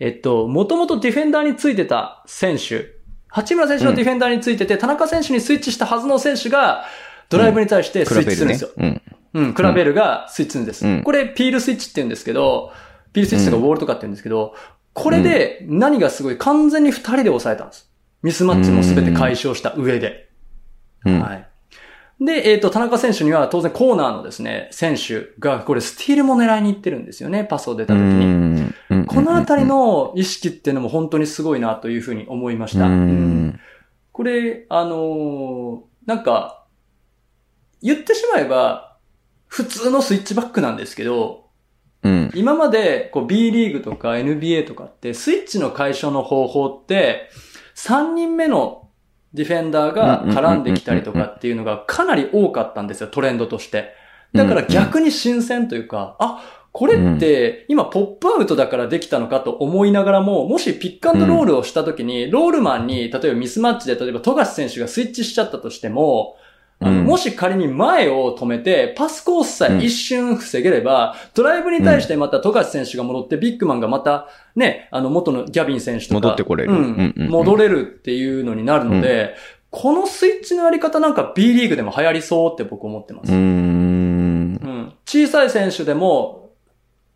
S3: えっと、もともとディフェンダーについてた選手、八村選手のディフェンダーについてて、田中選手にスイッチしたはずの選手が、ドライブに対してスイッチするんですよ。
S2: うん。
S3: うん、クラベルがスイッチするんです。
S2: うん
S3: これ、ピールスイッチって言うんですけど、ピールスイッチとかウォールとかって言うんですけど、これで何がすごい、完全に二人で抑えたんです。ミスマッチも全て解消した上で。
S2: うん。
S3: はい。で、えっ、と、田中選手には当然コーナーのですね、選手が、これスティールも狙いに行ってるんですよね、パスを出た
S2: う
S3: 時に。
S2: ん。うん
S3: このあたり、の意識っていうのも本当にすごいなというふうに思いまし
S2: う
S3: た。うん
S2: ん。
S3: これ、あのーなんか、言ってしまえば、普通のスイッチバックなんですけど、
S2: うん。
S3: 今までこう B リーグとか NBA とかって、スイッチの解消の方法って、3人目のディフェンダーが絡んできたりとかっていうのがかなり多かったんですよ、トレンドとして。だから逆に新鮮というか、あ、これって今ポップアウトだからできたのかと思いながらも、もしピックアンドロールをした時に、ロールマンに、例えばミスマッチで、例えば富樫選手がスイッチしちゃったとしても、あ
S2: う
S3: の
S2: ん
S3: もし仮に前を止めて、パスコースさ
S2: うん
S3: え一瞬防げれば、ドライブに対してまた富樫選手が戻って、ビッグマンがまた、ね、あの元のギャビン選手とか。
S2: 戻ってこれる
S3: う
S2: うんうんうん
S3: ん。戻れるっていうのになるので、このスイッチのやり方なんか B リーグでも流行りそうって僕思ってます。
S2: うん。
S3: うん小さい選手でも、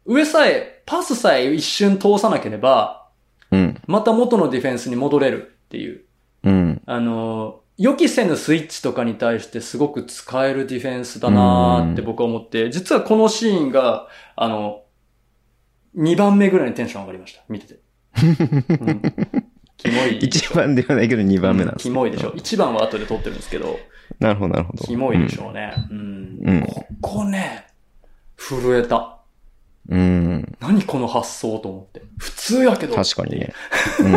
S3: 上さえ、パスさえ一瞬通さなければ、
S2: うん。
S3: また元のディフェンスに戻れるっていう。
S2: うん。
S3: あの、予期せぬスイッチとかに対してすごく使えるディフェンスだなーって僕は思って、実はこのシーンが、あの、2番目ぐらいにテンション上がりました。見てて。 うんキモい。
S2: 一番ではないけど二番目なんです
S3: キ
S2: ね
S3: モいでしょ。。一番は後で撮ってるんですけど、
S2: なるほど、なるほど。
S3: キモいでしょうね。うん。
S2: うん
S3: ここね、震えた。
S2: うん。
S3: 何この発想と思って。普通やけど。
S2: 確かにね。うんうんう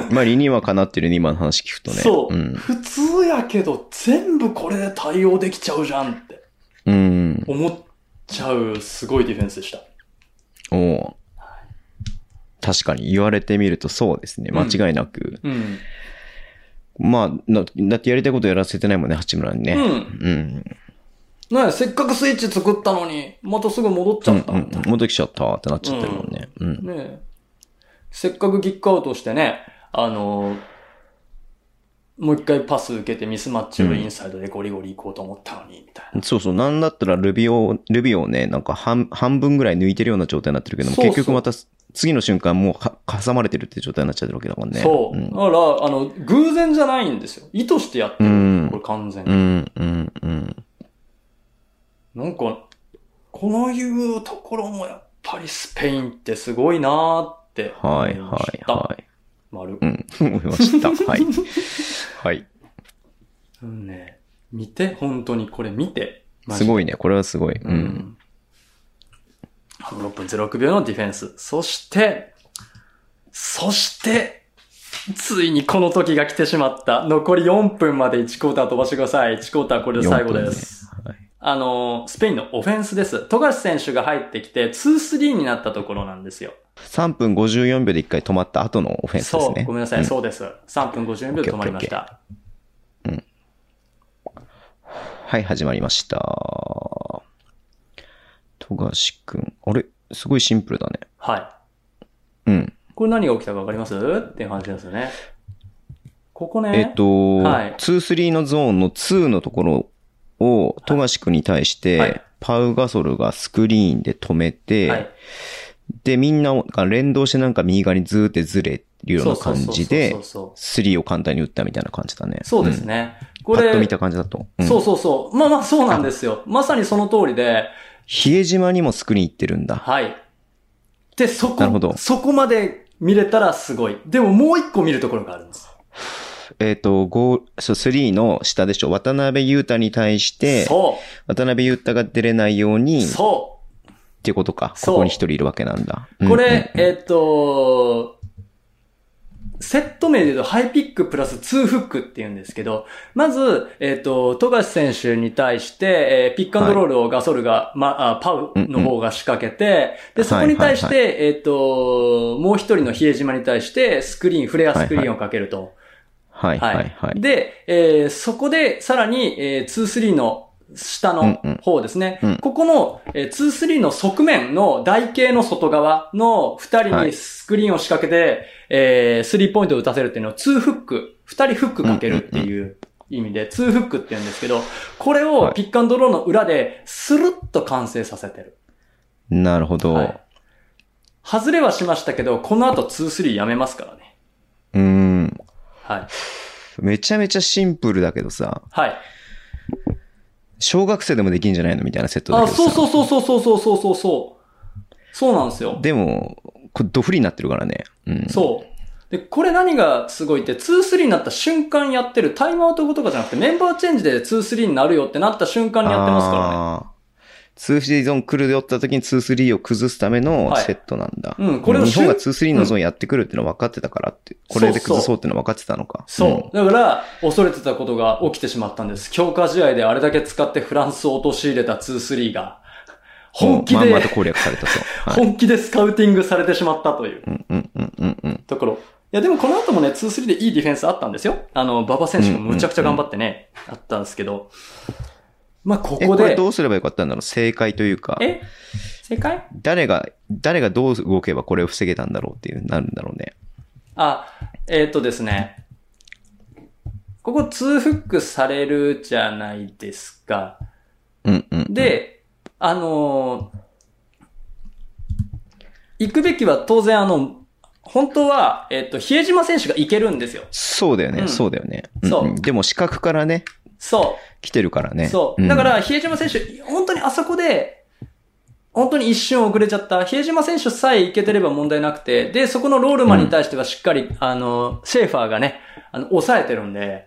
S2: ん うん。まあ、理にはかなってるね、今の話聞くとね。
S3: そう、
S2: うん。
S3: 普通やけど、全部これで対応できちゃうじゃんって
S2: うん。
S3: 思っちゃう、すごいディフェンスでした。
S2: おう確かに言われてみるとそうですね。間違いなく。
S3: うん。
S2: まあな、だってやりたいことやらせてないもんね、八村に
S3: う
S2: ね。
S3: ん。
S2: うん。
S3: ねえせっかくスイッチ作ったのに、またすぐ戻っち
S2: う
S3: ゃ
S2: ん
S3: った。
S2: う
S3: み
S2: ん
S3: たい
S2: 戻ってきちゃったってなっちゃってるもんね。うん。
S3: なねえせっかくキックアウトしてね、あのーもう一回パス受けてミスマッチをインサイドでゴリゴリ行こうと思ったのに、みたいな。
S2: そうそう、なんだったらルビオ、ルビオをね、なんか半半分ぐらい抜いてるような状態になってるけども、
S3: そうそう
S2: 結局また次の瞬間もうは挟まれてるって状態になっちゃってるわけだもんね。
S3: そう。
S2: ん
S3: だから、あの、偶然じゃないんですよ。意図してやってる。
S2: うん
S3: これ完全に。
S2: うん、うん、うん。
S3: なんか、このいうところもやっぱりスペインってすごいなーって思
S2: はい、
S3: いま
S2: は
S3: し
S2: い、
S3: た。
S2: はい。
S3: 丸
S2: う。ん、思いました。 はい。はい。
S3: うんね。見て、本当にこれ見て。
S2: す
S3: い。
S2: ごいね、これはすごい。う。
S3: うんん。あの6分06秒のディフェンス。そして、そして、ついにこの時が来てしまった。残り4分まで1クォーター飛ばしてください。1クォーターこれで最後です。
S2: 4分ねはい
S3: あの、スペインのオフェンスです。富樫選手が入ってきて、2-3になったところなんですよ。
S2: 3分54秒で一回止まった後のオフェンスです
S3: そ
S2: ね。
S3: う、ごめんなさい、
S2: う
S3: そうです。3分54秒で止まりました。
S2: はい、始まりました。富樫くん。あれすごいシンプルだね。
S3: はい。
S2: うん。
S3: これ何が起きたかわかりますっていう話ですよね。ここね。
S2: えっ、と、
S3: はい
S2: 2-3のゾーンの2のところを、富樫くんに対し
S3: はい
S2: て、パウガソルがスクリーンで止めて、
S3: はい。
S2: で、みんなが連動してなんか右側にずーってずれるような感じで
S3: そうそうそう、そう
S2: 3を簡単に打ったみたいな感じだね。
S3: そうです
S2: ん。
S3: ね。
S2: パ
S3: これ、
S2: ッと見た感じだと。うん
S3: そうそうそう。まあまあそうなんですよ。まさにその通りで、
S2: 比江島にもスクリーン行ってるんだ。
S3: はい。で、そ
S2: なるほど
S3: こ、そこまで見れたらすごい。でももう一個見るところがあるんです。
S2: えっ、と、ゴーそう、3の下でしょ。渡辺裕太に対して、
S3: そ
S2: 渡辺裕太が出れないよう
S3: う。
S2: に、っ
S3: そう。
S2: ていうことか。
S3: そう
S2: ここに一人いるわけなんだ。
S3: こ
S2: うん
S3: れ、えっと、セット名で言うとハイピックプラス2フックって言うんですけど、まず、えっと、富樫選手に対して、えーピックアンドロールをガソルが、ま、あパウの方が仕掛けて、で、そこに対して、
S2: は
S3: えっと、もう一人の比江島に対して、スクリーン、フレアスクリーンをかけると。
S2: はいはいはい。
S3: で、えーそこで、さらに、えー、2-3の下の方ですね。
S2: うんうんうん
S3: ここの、えー、2-3の側面の台形の外側の2人
S2: は
S3: に
S2: い
S3: スクリーンを仕掛けて、えー、スリーポイントを打たせるっていうのを2フック、2人フックかけるっていう意味で、2フックって言うんですけど、これを
S2: はい
S3: ピックアンドロールの裏で、スルッと完成させてる。
S2: なるほど。
S3: はい外れはしましたけど、この後2-3やめますからね。
S2: うーん。
S3: はい。
S2: めちゃめちゃシンプルだけどさ、
S3: はい。
S2: 小学生でもできんじゃないのみたいなセットだ
S3: あ、
S2: けどさ。
S3: そうそうそうそうそうそうそうそうそう。そうなんですよ。
S2: でも、これドフリになってるからね。うん。
S3: そう。で、これ何がすごいって、2-3になった瞬間やってる、タイムアウト後とかじゃなくて、メンバーチェンジで2-3になるよってなった瞬間にやってますからね。
S2: らね。2-3ゾーン来るよった時に2-3を崩すための
S3: はい
S2: セットなんだ。
S3: うんこれを
S2: 日本が
S3: しゅ
S2: 2-3のゾーンやってくるってのは分かってたからって、これで崩そうってのは分かってたのか。
S3: そう。だから、恐れてたことが起きてしまったんです。強化試合であれだけ使ってフランスを陥れた2-3が、
S2: うん。
S3: 本気
S2: まんまと
S3: で、
S2: 攻略され たそう。はい。
S3: 本気でスカウティングされてしまったという
S2: うんうんうんうんうん。
S3: ところ。いや、でもこの後もね、2-3でいいディフェンスあったんですよ。あの、馬場選手がむちゃくちゃ頑張ってね、あったんですけど。まあ、こ
S2: え、
S3: こ
S2: こ
S3: で
S2: れ、どうすればよかったんだろう正解というか。
S3: え正解
S2: 誰が、誰がどう動けばこれを防げたんだろうっていう、なるんだろうね。
S3: あ、えーっ、とですね。ここ2フックされるじゃないですか。
S2: うんうんうん。、
S3: で、あのー行くべきは当然あの、本当は、えーっ、と、比江島選手が行けるんですよ。
S2: そうだよね、
S3: うん
S2: そうだよね。
S3: そうん
S2: んでも視覚からね、
S3: そ
S2: 来てるから
S3: う。
S2: ね。
S3: そう。
S2: ん
S3: だか、ら、比江島選手、本当にあそこで、本当に一瞬遅れちゃった。比江島選手さえ行けてれば問題なくて、で、そこのロールマンに対してはしっかり、あの、シェーファーがね、あの、抑えてるんで、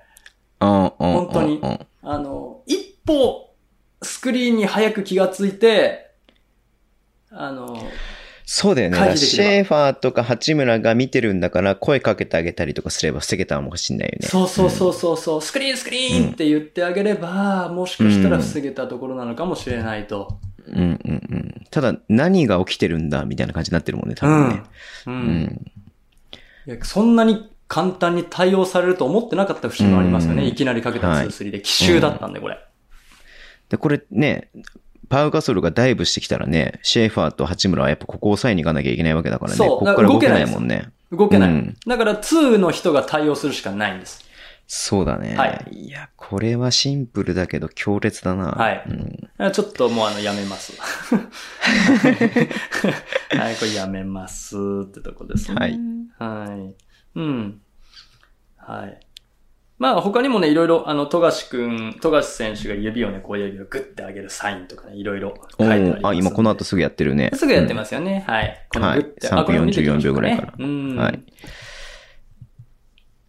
S2: うんうんうん、
S3: 本当に
S2: うん
S3: あの、一歩、スクリーンに早く気がついて、あの、
S2: そうだよね。だ
S3: 回
S2: か
S3: 避
S2: ら
S3: でき
S2: シ
S3: れば
S2: ェーファーとか八村が見てるんだから、声かけてあげたりとかすれば防げたのかもしんないよね。
S3: そうそうそうそうそう、スクリーンスクリーンって言ってあげれば、もしかしたら防げたところなのかもしれないと。
S2: うんうんうん。ただ、何が起きてるんだみたいな感じになってるもんね、多分ね。
S3: う。
S2: うんん。
S3: いやそんなに簡単に対応されると思ってなかった節もありますよね。
S2: うん
S3: いきなりかけた
S2: はい
S3: 2-3で、奇襲だったんで、これ。
S2: で、これね、パウガソルがダイブしてきたらね、シェーファーと八村はやっぱここを抑えに行かなきゃいけないわけだからね。
S3: そう
S2: ここ
S3: だ
S2: か
S3: から
S2: ら
S3: 動
S2: 動
S3: け
S2: け
S3: な
S2: ないい
S3: です
S2: もんね。
S3: 動けない。
S2: うん
S3: だから、2の人が対応するしかないんです。
S2: そうだね。。
S3: はい
S2: や、これはシンプルだけど強烈だな。
S3: はい
S2: うん
S3: あちょっともうあの、やめます。 はい、これやめますってとこですね。
S2: はい。
S3: はい。うん。はい。まあ他にもね、いろいろ、あの、富樫くん、富�sti選手が指をね、こう指をグッて上げるサインとかね、いろいろ
S2: お
S3: 書いてあります
S2: ーあ、今この後
S3: す
S2: すぐやってるね。。
S3: ぐやってますすよね。はい。この
S2: はい
S3: グッて、
S2: 3分
S3: あこれも見ていきましょ
S2: 44秒
S3: う
S2: ぐらいから
S3: うん。
S2: はい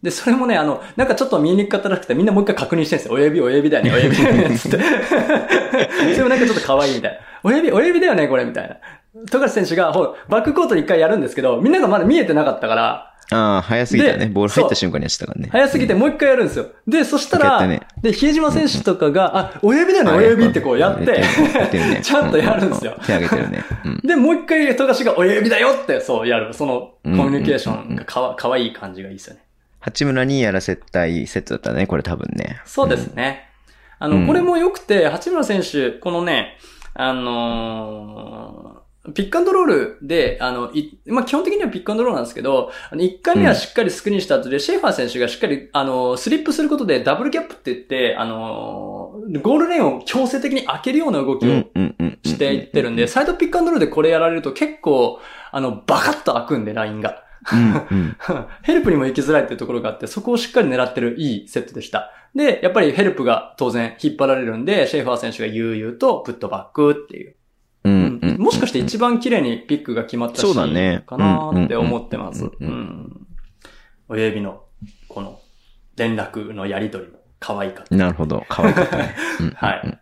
S3: で、それもね、あの、なんかちょっと見にくかったらしくて、みんなもう一回確認してるんですよ。親指、親指だよね、親指だよね、つ って。それもなんかちょっと可愛いみたいな。親指、親指だよね、これ、みたいな。富樫選手が、ほら、バックコートに一回やるんですけど、みんながまだ見えてなかったから、
S2: ああ、早すぎたよね。
S3: で
S2: ボール入った瞬間にやってたからね。
S3: 早すぎてもう一回やるんですよ。で、そした
S2: やっ
S3: ら、
S2: たね
S3: で、比江島選手とかが、あ、親指だよね、
S2: あ
S3: 親指ってこうやって、
S2: やってるね
S3: ちゃんとやるんですよ
S2: ううう手挙げてるね。うん。
S3: で、もう一回、富樫が親指だよって、そうやる。その、コミュニケーションがかわ、かわいい感じがいいですよね。
S2: 八村にやらせたいセットだったね、これ多分ね。
S3: そうですね。あの、
S2: うん
S3: これも良くて、八村選手、このね、あのーピックアンドロールで、あの、い、まあ、基本的にはピックアンドロールなんですけど、あの、1回目はしっかりスクリーンした後で、シェーファー選手がしっかり、あの、スリップすることでダブルキャップって言って、あのーゴールレーンを強制的に開けるような動き
S2: うん。う
S3: を
S2: んうんうん。
S3: していってるんで、サイドピックアンドロールでこれやられると結構、あの、バカッと開くんで、ラインが。
S2: うんうん。
S3: ヘルプにも行きづらいっていうところがあって、そこをしっかり狙ってるいいセットでした。で、やっぱりヘルプが当然引っ張られるんで、シェーファー選手が悠々とプットバックっていう。
S2: う
S3: うん
S2: うん
S3: んもしかして一番綺麗にピックが決まったし、
S2: そうだね
S3: かなーって思ってます。
S2: うん
S3: う
S2: うんうんうん
S3: ん。親指の、この、連絡のやりとりも可愛かった。い
S2: なるほど。可愛かった ね。うん
S3: はい。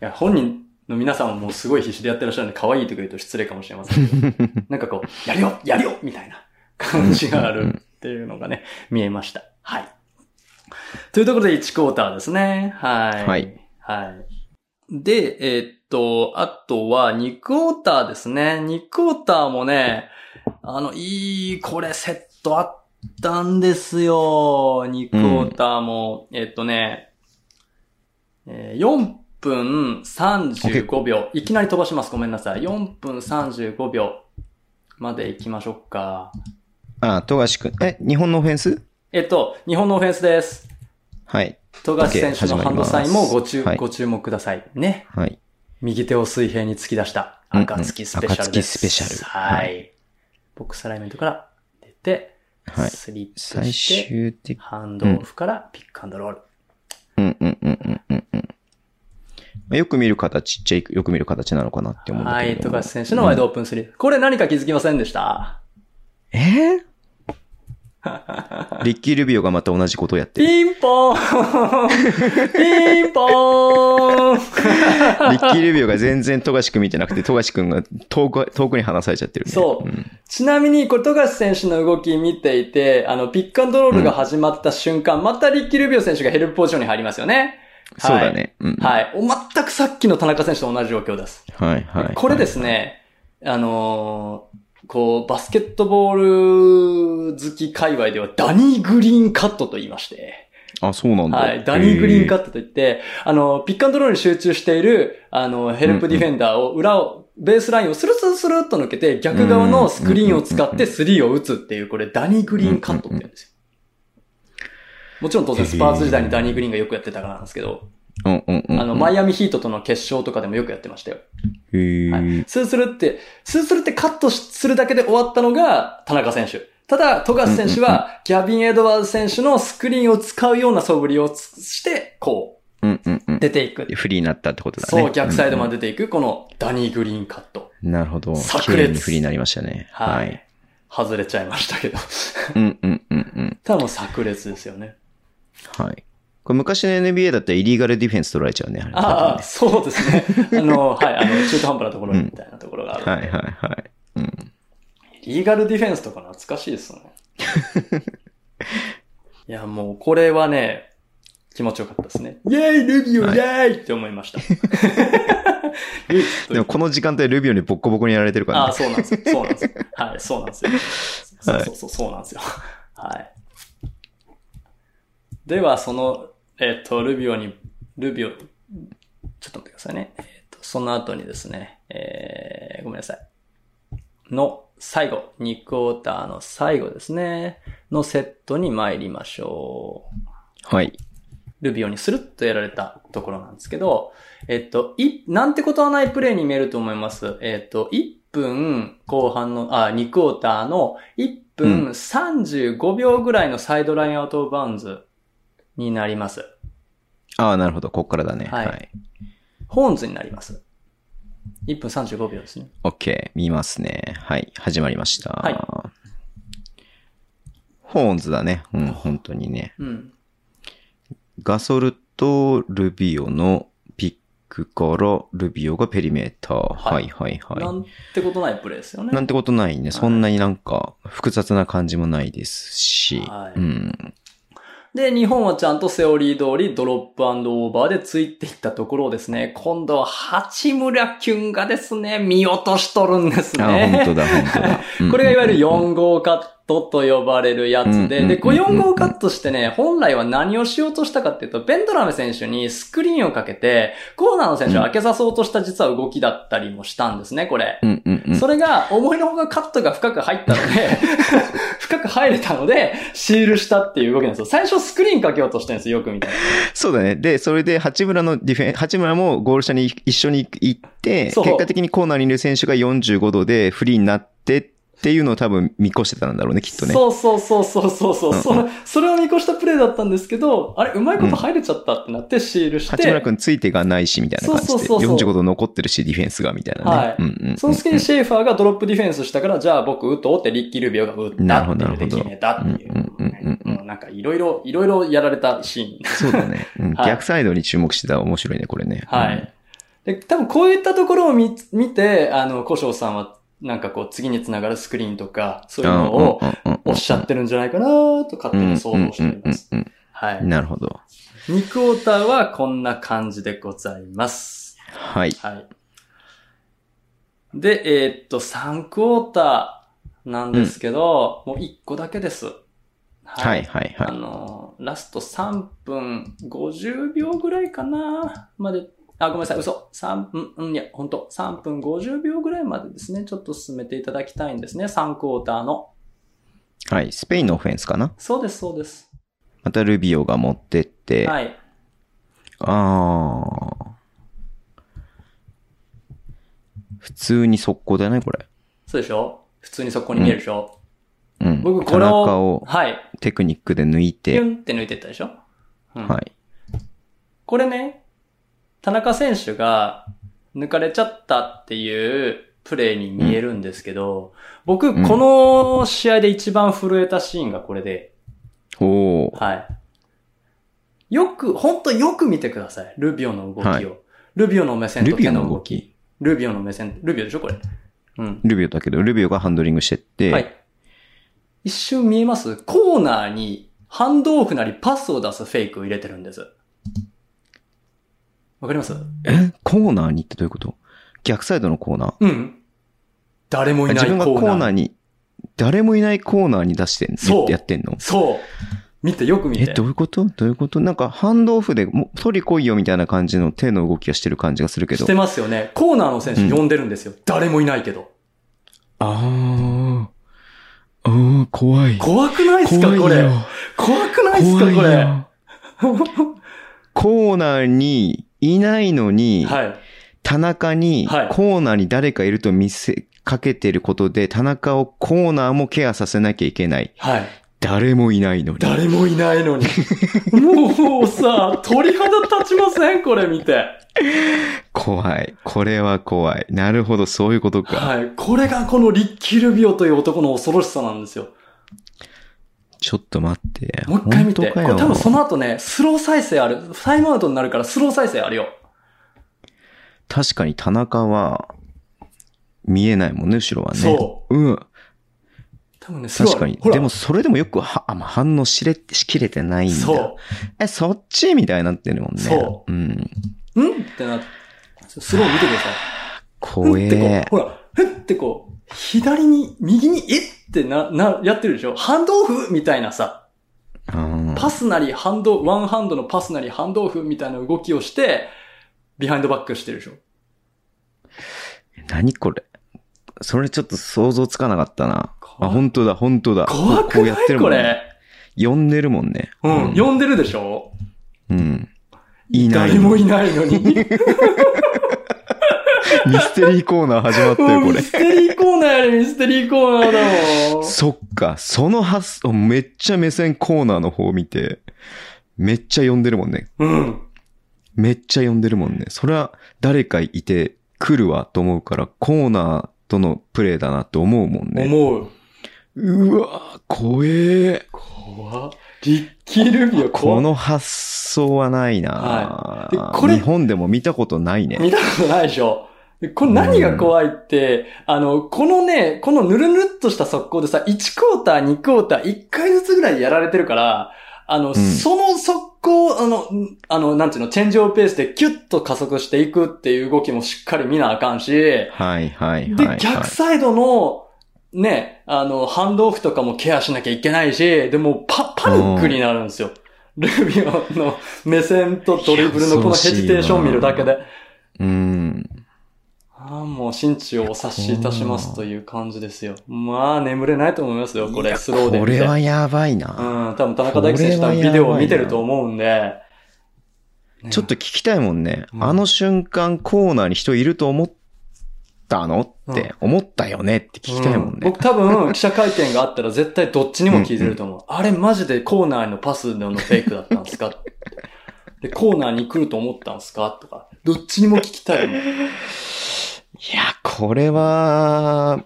S3: や、本人の皆さんはもうすごい必死でやってらっしゃるんで、可愛いとか言うと失礼かもしれませんけど。なんかこう、やるよやるよみたいな感じがあるっていうのがね、見えました。はい。というところで1クォーターですね。はい。
S2: はい。
S3: はい。で、えーっと、あとは2クォーターですね。2クォーターもね、あの、いい、これセットあったんですよ。2クォーターも。えーっとね、えー4分35秒。いきなり飛ばします。ごめんなさい。4分35秒まで行きましょうか。
S2: あ、富樫君。え、日本のオフェンス
S3: えっと、日本のオフェンスです。
S2: はい。
S3: 富樫選手の
S2: OK
S3: ハンドサインもご注,、
S2: 始まりますはい
S3: ご注目ください。ね。
S2: はい。
S3: 右手を水平に突き出した、
S2: うんうん
S3: 暁スペシャルです。
S2: 暁スペシャル
S3: は。
S2: はい
S3: ボックスアライメントから出て、
S2: はい。
S3: スリップ
S2: 最
S3: して、
S2: 終的。
S3: ハンドオフからピックアンドロール。
S2: うんうんうんうんうんうんまあ。よく見る形っちゃよく見る形なのかなって思うんだ
S3: は
S2: け
S3: い、
S2: ど
S3: 富
S2: も。
S3: 樫選手のワイドオープンスリー。これ何か気づきませんでした
S2: えーリッキー・ルビオがまた同じことをやってる。
S3: ピンポーンピンポーン
S2: リッキー・ルビオが全然富樫君見てなくて、富樫君が遠く、遠くに離されちゃってるね。
S3: そうんちなみに、これ、富樫選手の動き見ていて、あの、ピックアンドロールが始まった瞬間、またリッキー・ルビオ選手がヘルプポジションに入りますよね。
S2: そうだね。うん
S3: はい。お全くさっきの田中選手と同じ状況です。
S2: はいはい。
S3: これですね、あのーこう、バスケットボール好き界隈では、ダニー・グリーンカットと言いまして。
S2: あ、そうなんだ。
S3: はい。ダニー・グリーンカ
S2: ッ
S3: ットといって、あの、ピックアンドロールに集中している、あの、ヘルプディフェンダーを、裏を、ベースラインをスルスルスルっと抜けて、逆側のスクリーンを使ってスリーを打つっていう、これ、ダニー・グリーンカットって言うんですよ。もちろん当然、スパーズ時代にダニー・グリーンがよくやってたからなんですけど、
S2: ト。うんうんうん。
S3: あの、マイアミヒートとの決勝とかでもよくやってましたよ。
S2: へー
S3: はい、スースルって、スースルってカットしするだけで終わったのが田中選手。ただ、富樫選手は、ギャビン・エドワーズ選手のスクリーンを使うような素振りをつして、こ
S2: うんうんう
S3: う、
S2: ん。
S3: 出ていく。
S2: フリーになったってことだね。
S3: そう、逆サイドま
S2: で。
S3: で出ていく、このダニー・グリーンカット。
S2: なるほど。
S3: 炸裂
S2: 綺麗にフリーになりましたね。
S3: は
S2: はいい。。
S3: 外れちゃいましたけど。
S2: うんうんうんうん。
S3: ただもう炸裂ですよね。
S2: はい。これ昔の NBA だったらイリーガルディフェンス取られちゃうね。れ
S3: ああ、そうで すね。あの、はい、あの、中途半端なところみたいなところがある。
S2: はいはいはい。うん。
S3: リーガルディフェンスとか懐かしい ですね。いや、もうこれはね、気持ちよかったですね。イェイルビオイ
S2: はい
S3: ェイって思いま した。 唯一
S2: で
S3: という
S2: もこの時間帯ルビオにボッコボコにやられてるから
S3: あ
S2: ね
S3: あ、。そうなんですよ。そうなんで すよ。はい、そうなんですよ。そう
S2: はい
S3: そうそう、そうなんですよ。はい。では、その、えっ、と、ルビオに、ルビオ、ちょっと待ってくださいね。えっ、と、その後にですね、えー、ごめんなさい。の最後、2クォーターの最後ですね、のセットに参りましょう。
S2: はい。
S3: ルビオにスルッとやられたところなんですけど、えっと、い、なんてことはないプレイに見えると思います。えっと、1分後半の、あ、2クォーターの1分
S2: うん
S3: 35秒ぐらいのサイドラインアウトオブバウンズになります。
S2: ああ、なるほど。こっからだね。
S3: は
S2: はいい。
S3: ホーンズになります。1分35秒ですね。
S2: OK。見ますね。はい。始まりました。
S3: はい
S2: ホーンズだね。うん、本当にね。
S3: うん。
S2: ガソルとルビオのピックコロ、ルビオがペリメーター。
S3: は
S2: はいいはいはい。
S3: なんてことないプレーですよね。
S2: なんてことないね。
S3: い
S2: そんなになんか複雑な感じもないですし。
S3: はい
S2: うん。
S3: で、日本はちゃんとセオリー通りドロップオーバーでついていったところをですね、今度は八村キュンがですね、見落としとるんですね。
S2: あ、本当だ、本当
S3: 。
S2: だ
S3: これがいわゆる
S2: うんうんうん
S3: 4号カットと呼ばれるやつ
S2: うんうんうんう
S3: で、
S2: ん
S3: で、こう4号カットしてね、本来は何をしようとしたかっていうと、ベンドラメ選手にスクリーンをかけて、コーナーの選手を開けさそうとした実は動きだったりもしたんですね、これ。
S2: うんうんうん。
S3: それが、思いのほかカットが深く入ったの で、深く入れたので、シールしたっていう動きなんですよ。最初スクリーンかけようとしてるんですよ、よく見たら。
S2: そうだね。で、それで八村のディフェン、八村もゴール下に一緒に行って、
S3: そう
S2: 結果的にコーナーにいる選手が45度でフリーになってっていうのを多分見越してたんだろうね、きっとね。
S3: そうそうそうそうそうそう、
S2: うんうん
S3: それそれを見越したプレーだったんですけど、あれ、うまいこと入れちゃったってなってシールして、
S2: 八村くんついてがないし、みたいな感じで。
S3: そうそうそうそう
S2: 45度残ってるし、ディフェンスが、みたいなね。
S3: はい
S2: うんうんうん、
S3: その隙にシェーファーがドロップディフェンスしたから、じゃあ僕打とうってリッキー・ルビオが打った
S2: なる
S3: っ
S2: ほ
S3: て
S2: ど
S3: いうので
S2: なるほど
S3: 決めたっていう。
S2: うんうんうんうん
S3: もうなんかいろいろ、いろいろやられたシーン。
S2: そうだね、うん
S3: はい
S2: 逆サイドに注目してたら面白いね、これね。
S3: は
S2: うん
S3: い。で、多分こういったところを見、見て、あの、古生さんはなんかこう次につながるスクリーンとか、そういうのをおっしゃってるんじゃないかなと勝手に想像しています。
S2: うんうんうん
S3: は
S2: うん
S3: い。
S2: なるほど。
S3: 2クォーターはこんな感じでございます。
S2: はい。
S3: はい。で、えーっと、3クォーターなんですけど、もう1個だけです。は
S2: はい、はい、
S3: あ
S2: は
S3: のー、ラスト3分50秒ぐらいかなまで、あ、ごめんなさい、嘘。3分、うん、いや、本当3分50秒ぐらいまでですね、ちょっと進めていただきたいんですね、3クォーターの。
S2: い。はい。スペインのオフェンスかな
S3: そうです、そうです。
S2: またルビオが持ってって、
S3: はい。
S2: あー。普通に速攻だよね、これ。
S3: そうでしょ普通にそこに見えるでしょ、
S2: うん。
S3: 僕、こ
S2: 田
S3: れ
S2: 中
S3: を
S2: を、
S3: はい。
S2: テクニックで抜い
S3: ピ
S2: て、
S3: ュンって抜いてったでしょ、うん
S2: はい。
S3: これね、田中選手が抜かれちゃったっていうプレーに見えるんですけど、僕、
S2: うん
S3: この試合で一番震えたシーンがこれで、
S2: おー。
S3: はい。よく、ほんとよく見てください。ルビオの動きを。
S2: はい
S3: ルビオの目線と
S2: ルビ
S3: 手
S2: オ
S3: の
S2: の
S3: 動
S2: 動
S3: き。
S2: き。
S3: ルビオの目線、ルビオでしょこれ。うん。
S2: ルビオだけど、ルビオがハンドリングしてって、
S3: はい。一瞬見えますコーナーにハンドオフなりパスを出すフェイクを入れてるんです。わかります
S2: えコーナーにってどういうこと逆サイドのコーナー。
S3: うん。誰もいな
S2: 自
S3: いコー
S2: 分
S3: ナ
S2: が
S3: ー。
S2: コーナーに、誰もいないコーナーに出してん
S3: そう
S2: やってんの
S3: そう。見て、よく見
S2: え、
S3: て。
S2: どういうことどういうことなんか、ハンドオフで、もう取り来いよみたいな感じの手の動きがしてる感じがするけ
S3: し
S2: ど
S3: て。ますよね。コーナーの選手呼んでるんですよ。誰もいないけど。
S2: ああー、怖い。
S3: 怖くないっすかこれ。怖くないっすかこれ。
S2: コーナーにいないのに、
S3: はい。
S2: 田中に、
S3: はい
S2: コーナーに誰かいると見せかけてることで、田中をコーナーもケアさせなきゃいけない。
S3: はい。
S2: 誰もいないのに。
S3: 誰もいないのに。もうさ、鳥肌立ちませんこれ見て。
S2: 怖い。これは怖い。なるほど、そういうことか。
S3: はい。これがこのリッキー・ルビオという男の恐ろしさなんですよ。
S2: ちょっと待って。
S3: もう一回見て。
S2: 本当
S3: こ
S2: か
S3: れ
S2: よ
S3: 多分その後ね、スロー再生ある。タイムアウトになるからスロー再生あるよ。
S2: 確かに田中は、見えないもんね、後ろはね。。
S3: そう
S2: うん。
S3: 多分ね、すごい。
S2: 確かに。
S3: ほら
S2: でも、それでもよくは、あ、まあ、反応しれ、しきれてないんだ。
S3: そう。
S2: え、そっちみたいになってるもんね。。
S3: そう
S2: うん。
S3: んってなって、スロー見てください。
S2: 怖
S3: ふって
S2: え
S3: こ。う、ほら、ふってこう、左に、右に、えってな、な、やってるでしょハンドオフみたいなさ、
S2: うん
S3: パスなりハンド、ワンハンドのパスなりハンドオフみたいな動きをして、ビハインドバックしてるでしょ
S2: 何これ。それちょっと想像つかなかったな。
S3: 怖
S2: あ、
S3: い
S2: 本当だ、本当だ。
S3: 怖
S2: こ
S3: く
S2: う
S3: な
S2: や
S3: い
S2: ってるも
S3: こ
S2: んね。
S3: れ。
S2: 呼んでるもんね。
S3: うん、呼んでるでしょ
S2: うん。い ない。
S3: 誰もいないのに。
S2: ミステリーコーナー始まってる、
S3: もう
S2: こ
S3: ミ
S2: れ。
S3: ステリーコーナーやれ、ミステリーコーナーだもん。
S2: そっか、その発想、めっちゃ目線コーナーの方を見て、めっちゃ呼んでるもんね。
S3: うん。
S2: めっちゃ呼んでるもんね。それは誰かいて来るわと思うから、コーナーとのプレイだなって思うもんね。
S3: 思う。
S2: うわ怖え。
S3: 怖っリッキー・ルビオ怖
S2: こ
S3: っ
S2: の発想はないな、
S3: はいでこれ
S2: 日本でも見たことないね。
S3: 見たことないでしょ。でこれ何が怖いって、あの、このね、このぬるぬるっとした速攻でさ、1クォーター、2クォーター、1回ずつぐらいやられてるから、あの、
S2: ん
S3: その速攻、あの、んあの、なんていうの、チェンジオブペースでキュッと加速していくっていう動きもしっかり見なあかんし、で、
S2: はいはいはい、はい。
S3: 逆サイドの、ね、あの、ハンドオフとかもケアしなきゃいけないし、でもうパ、パニックになるんですよ。ルビオの目線とドリブルのこのヘジテーションを見るだけで。
S2: うん。
S3: ああ、もう、心中をお察しいたしますという感じですよ。まあ、眠れないと思いますよ、こ
S2: い
S3: れ、
S2: や
S3: スローで
S2: こ
S3: 見て。
S2: れはやばいな、
S3: うん、多分田中大輝選手多分ビデオを見てると思うんで。ね
S2: ちょっと聞きたいもんね。
S3: うん
S2: あの瞬間コーナーに人いると思ったのって、思ったよねって聞きたいもん
S3: う
S2: ね。
S3: 僕多分、記者会見があったら絶対どっちにも聞いてると思う。あれ、マジでコーナーへのパスのフェイクだったんですかってで、コーナーに来ると思ったんですかとか、どっちにも聞きたいも
S2: い
S3: ん。
S2: や、これは、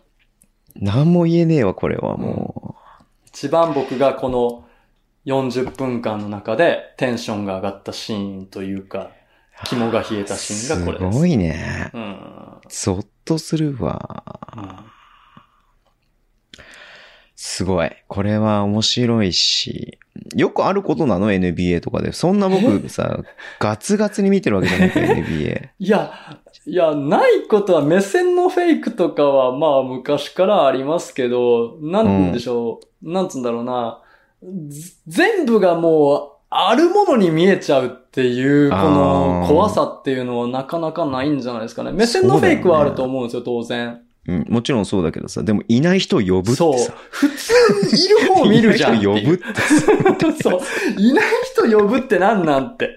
S2: 何も言えねえわ、これはも
S3: 一番僕がこの40分間の中でテンションが上がったシーンというか、肝が冷え
S2: う。
S3: たシーンがこれです。
S2: すごいね。
S3: うん。
S2: ゾッとするわ。すごい。これは面白いし、よくあることなの ?NBA とかで。そんな僕さ、ガツガツに見てるわけじゃ ないけど、NBA。
S3: いや、いや、ないことは、目線のフェイクとかは、まあ、昔からありますけど、なんでしょう、なんつうんだろうな、ず全部がもう、あるものに見えちゃうっていう、この
S2: あー
S3: 怖さっていうのはなかなかないんじゃないですかね。目線のフェイクはあると思うんですよ、当然。
S2: うん、もちろんそうだけどさ、でもいない人を呼ぶって
S3: そう
S2: さ。。
S3: 普通、いる方を見るじゃんっ
S2: い
S3: て
S2: ない人
S3: い
S2: 呼ぶ
S3: う。
S2: ってさ。
S3: そう。いない人呼ぶってなんなんて。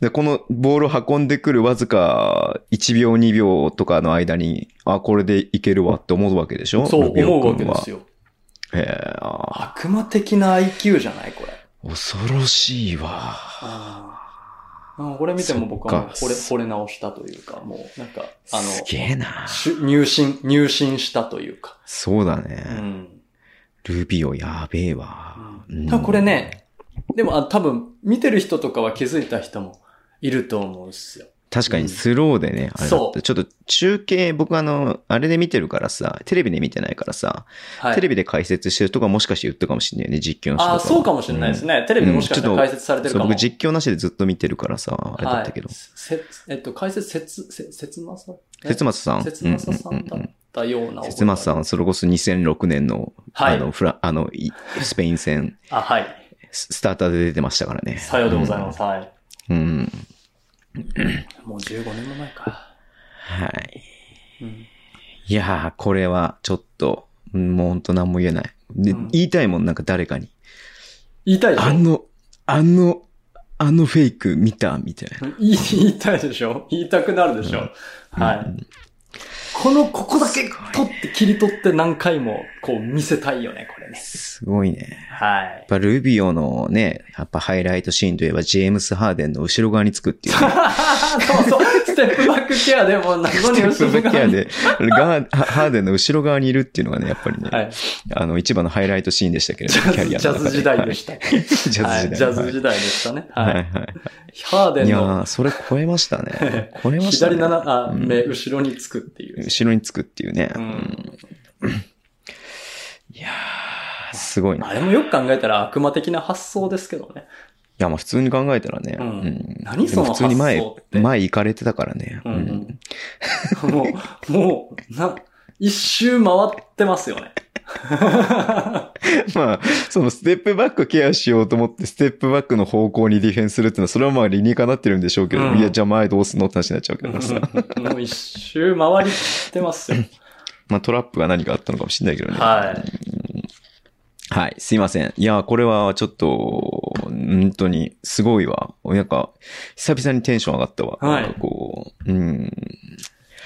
S2: で、このボール運んでくるわずか1秒2秒とかの間に、あ、これでいけるわって思うわけでしょ
S3: そう
S2: ルビオ
S3: 思うわけ
S2: 君
S3: で
S2: は
S3: すよ。
S2: へえあ
S3: 悪魔的な IQ じゃないこれ。
S2: 恐ろしいわ。
S3: うんこれ見ても僕はもう
S2: そっ
S3: 惚れ
S2: か
S3: 惚れ直したというか、もうなんか、あ
S2: す
S3: の、
S2: げえな。
S3: しゅ入信、入信したというか。
S2: そうだ
S3: う
S2: ね。
S3: ん。
S2: ルビオやべえわ。うん
S3: 多分これね、でもあ多分見てる人とかは気づいた人もいると思うんですよ。
S2: 確かにスローでね、あれだっ
S3: そう
S2: た。ちょっと中継、僕あの、あれで見てるからさ、テレビで見てないからさ、
S3: はい。
S2: テレビで解説してる人がもしかして言ったかもしれないよね、実況の人とか
S3: あ
S2: は。
S3: あ、そうかもしれないです
S2: ね。
S3: ね。テレビでもしかしたら解説されてる
S2: そう
S3: かも。
S2: 僕実況なしでずっと見てるからさ、あれだったけど
S3: はい。。せえっと、解説、せつ、せ、せつまさ
S2: せつまさん。
S3: せつまささんだ
S2: うう
S3: っ
S2: う
S3: たような。
S2: せつまさんはそれこそ2006年の、
S3: はい
S2: あの、フラ、あの、いスペイン戦、
S3: あ、はい。
S2: ススターターで出てましたからね。
S3: さようでございます。はい。
S2: うん。うん。
S3: もう15年も前か。
S2: はい。
S3: うん
S2: いやー、これはちょっと、うんもうほんと何も言えない。で、
S3: うん
S2: 言いたいもん、なんか誰かに。
S3: 言いたいでしょ
S2: あの、あの、あのフェイク見たみたい
S3: 言い言いたいでしょ言いたくなるでしょ、
S2: な。
S3: は
S2: う
S3: い。
S2: ん
S3: この、ここだけ取って、切り取って何回も、こう見せたいよね、これね。
S2: すごいね。
S3: はい
S2: やっ。ぱルビオのね、やっぱハイライトシーンといえばジェームス・ハーデンの後ろ側につくっていう、ね。
S3: そう そう、ステップバックケアでも謎に
S2: ステップ
S3: 後ろ
S2: バッ
S3: が
S2: クケアで、ガーハーデンの後ろ側にいるっていうのがね、やっぱりね、
S3: はい。
S2: あの、一番のハイライトシーンでしたけれ
S3: ジ
S2: ど
S3: ャ
S2: も、キャ
S3: ズ、
S2: リ
S3: ジ
S2: アの
S3: ャ
S2: 中で。
S3: ズ時代でした。は
S2: た。
S3: い
S2: ジャズ時代。
S3: ジャズ時代でしたね。
S2: はいは
S3: は。
S2: いいはい。
S3: ハーデ
S2: い
S3: ン
S2: や
S3: の
S2: ー、それ超えましたね。超えましたね。
S3: 左斜
S2: うん
S3: め後ろにつくっていう。
S2: 後ろにつくっていうね。
S3: う
S2: うんん、いやー、すごいな。い
S3: あれもよく考えたら悪魔的な発想ですけどね。
S2: や、まあ普通に考えたらね。
S3: う
S2: うんん
S3: 何
S2: でも普通に前
S3: その発想っ、て
S2: 前行かれてたからね。
S3: う
S2: うんん、
S3: もう、もう、な、一周回ってますよね。
S2: まあ、そのステップバックケアしようと思って、ステップバックの方向にディフェンスするっていうのは、それはまあ理にかなってるんでしょうけど、
S3: うん
S2: いや、じゃあ前どうすんのって話になっちゃうけどさ。
S3: もう一周回りきってますよ。
S2: まあトラップが何かあったのかもしれないけどね。
S3: はい。
S2: はい、すいません。いや、これはちょっと、本当に、すごいわ。なんか、久々にテンション上がったわ。
S3: はい
S2: なんかこう、うん。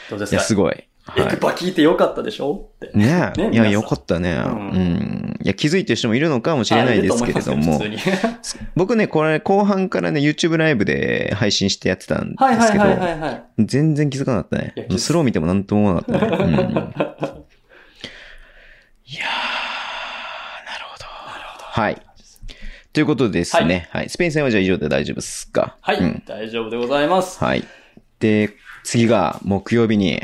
S3: どうで
S2: い
S3: す
S2: や、
S3: か
S2: すごい。
S3: エ
S2: は
S3: クパ聞いてよかったでしょって。
S2: い。ねえ。
S3: ね
S2: いや、
S3: 皆さん
S2: よかったね。
S3: う
S2: うんん。いや、気づいてる人もいるのかもしれないですけれども
S3: あ。いると思いますよ普通に
S2: 僕ね、これ、後半からね、YouTube ライブで配信してやってたんで
S3: はいは
S2: す
S3: い
S2: けど
S3: は、いはいはい。
S2: 全然気づかなかった
S3: いや
S2: ね
S3: 気づ。
S2: スロー見てもなんとも思わなかったね。うん。いやはい。ということですね。はい。スペイン戦はじゃあ以上で大丈夫ですか
S3: はい、
S2: うん
S3: 大丈夫でございます。
S2: はい。で、次が木曜日に、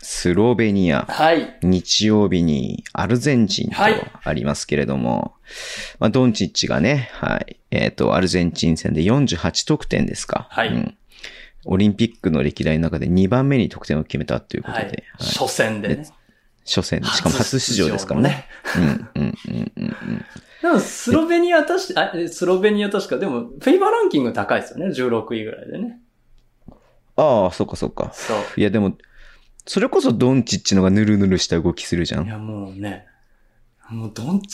S2: スロベニア。
S3: はい。
S2: 日曜日にアルゼンチンと
S3: はい
S2: ありますけれども、まあ、ドンチッチがね、はい、えっ、と、アルゼンチン戦で48得点ですか。
S3: はい
S2: うんオリンピックの歴代の中で2番目に得点を決めたということ
S3: は
S2: で、
S3: い。
S2: はい
S3: 初戦でね。
S2: 初戦、しかも初出場ですからね。うん、うん、うん、うんうん。
S3: でも、スロベニア確か、あえスロベニア確か、でも、フェイバーランキング高いですよね。16位ぐらいでね。
S2: ああ、そっかそっか。
S3: そ
S2: いや、でも、それこそドンチッチのがヌルヌルした動きするじゃ
S3: う。い
S2: ん。
S3: や、もうね、もう、ドンチッ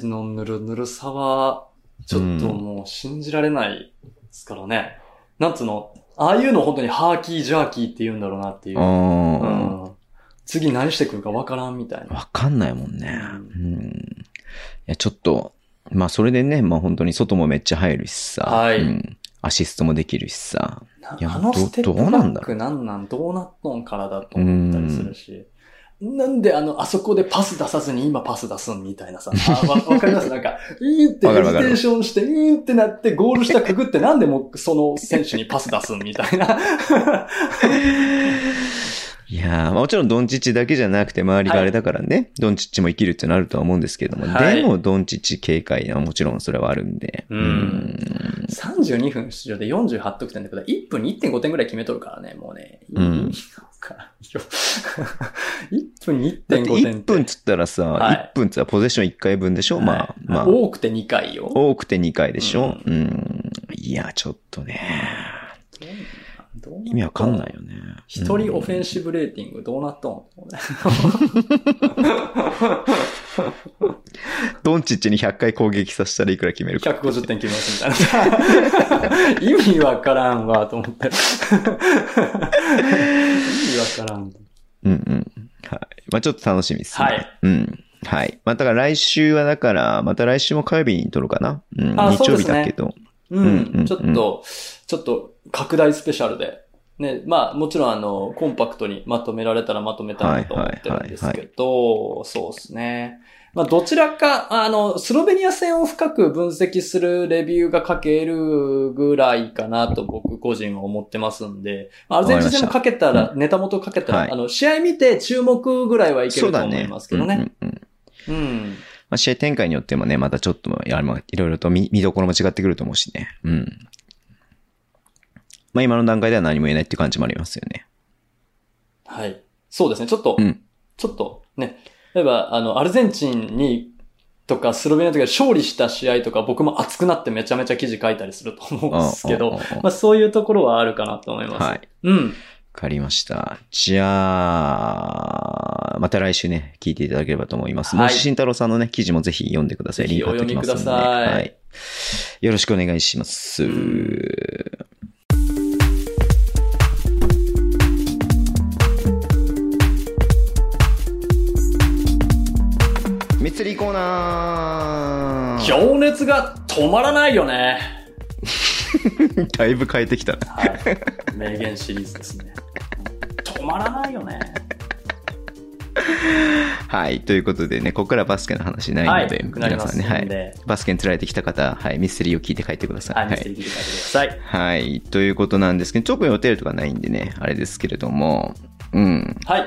S3: チのぬるぬるさは、ちょっともう、信じられないですからね。なんつうの、ああいうの本当にハーキージャーキーって言うんだろうなっていう
S2: あ。
S3: う
S2: あ、
S3: ん。次何してくるかわからんみたいな。
S2: わかんないもんね。うん。いや、ちょっと、まあそれでね、まあ本当に外もめっちゃ入るしさ。
S3: はい
S2: うん。アシストもできるしさ。
S3: ない
S2: や
S3: あの
S2: ど
S3: ステッ
S2: ど
S3: プ
S2: う
S3: バ
S2: なんだ
S3: ッ
S2: ろ
S3: クなんなんどうなっとんからだと思ったりするし。なんであの、あそこでパス出さずに今パス出すんみたいな さ。あわわかりますなんか、いーって
S2: わ
S3: ヘ
S2: かるわ
S3: ジテ
S2: かる
S3: ーションして、いーってなってゴール下くぐってなんでもうその選手にパス出すんみたいな。
S2: いやー、まあもちろんドンチッチだけじゃなくて周りがあれだからね、ドンチッチも生きるってなるとは思うんですけれども、
S3: はい
S2: でもドンチッチ警戒はもちろんそれはあるんで。
S3: うん32分出場で48得点ってことは1分に1.5点ぐらい決めとるからね、もうね。
S2: うん
S3: かよ 1分に
S2: だって
S3: 1.5点
S2: 1
S3: って
S2: 分っつったらさ、
S3: はい
S2: 1分っつったらポゼッション1回分でしょ、まあ、まあ、
S3: 多くて2回よ。
S2: 多くて2回でしょ、うん、いや、ちょっとね、
S3: どうなっと
S2: 意味わかんないよね。
S3: 一人オフェンシブレーティングどうなっとん、
S2: ドンチッチに100回攻撃させたらいくら決めるか。
S3: ?150 点決めますみたいな。 意味わからんわ、と思って。意 味わからん。
S2: うんうん。はい。まあちょっと楽しみですね。
S3: はい。
S2: うん。はい。まあだから来週はだから、また来週も火曜日に撮るかな。うん。
S3: あ
S2: 日
S3: そう
S2: 曜
S3: で
S2: 日
S3: すね
S2: だけど。う
S3: う
S2: ん
S3: ん
S2: う、ん
S3: ちょっと、ちょっと拡大スペシャルで。ね、まあもちろんあの、コンパクトにまとめられたらまとめたいなと思ってるんですけど、そうですね。まあどちらか、あの、スロベニア戦を深く分析するレビューが書けるぐらいかなと僕個人は思ってますんで、まあアルゼンチン戦も書けた、
S2: わから
S3: ネタ元書けたら、
S2: はい
S3: あの、試合見て注目ぐらいはいけ
S2: そう
S3: ると
S2: だ
S3: 思
S2: ね。
S3: いますけどね。
S2: うんうんうん
S3: うん。
S2: まあ試合展開によってもね、またちょっとも、いやまあいろいろと見見どころも違ってくると思うしね。うん。まあ今の段階では何も言えないっていう感じもありますよね。
S3: はい。そうですね。ちょっと、
S2: うん
S3: ちょっとね、例えば、あの、アルゼンチンに、とか、スロベニアとか勝利した試合とか、僕も熱くなってめちゃめちゃ記事書いたりすると思うんですけ
S2: あ
S3: ど、
S2: あああ
S3: まあそういうところはあるかなと思います。
S2: はい。
S3: うん。
S2: わかりました。じゃあ、また来週ね、聞いていただければと思います。
S3: はい
S2: もし慎太郎さんのね、記事もぜひ読んでください。
S3: ぜ
S2: リン
S3: ひ
S2: ク貼っておきますので。
S3: お読みください
S2: はい。よろしくお願いします。ミツリコーナー
S3: 情熱が止まらないよね。
S2: だいぶ変えてきたな。
S3: はい。名言シリーズですね。止まらないよね。
S2: はい。ということでね、ここからバスケの話な
S3: はいい。
S2: ので、
S3: くなり
S2: 皆
S3: ま
S2: さ
S3: す
S2: んね、は
S3: ん
S2: い。
S3: で、
S2: バスケに釣られてきた方、はい、ミステリーを聞いて帰ってください。
S3: はい。
S2: は
S3: 見せて
S2: い。
S3: 聞いてください。
S2: はい、ということなんですけど、特に予定とかないんでね、あれですけれども、うん。
S3: はい。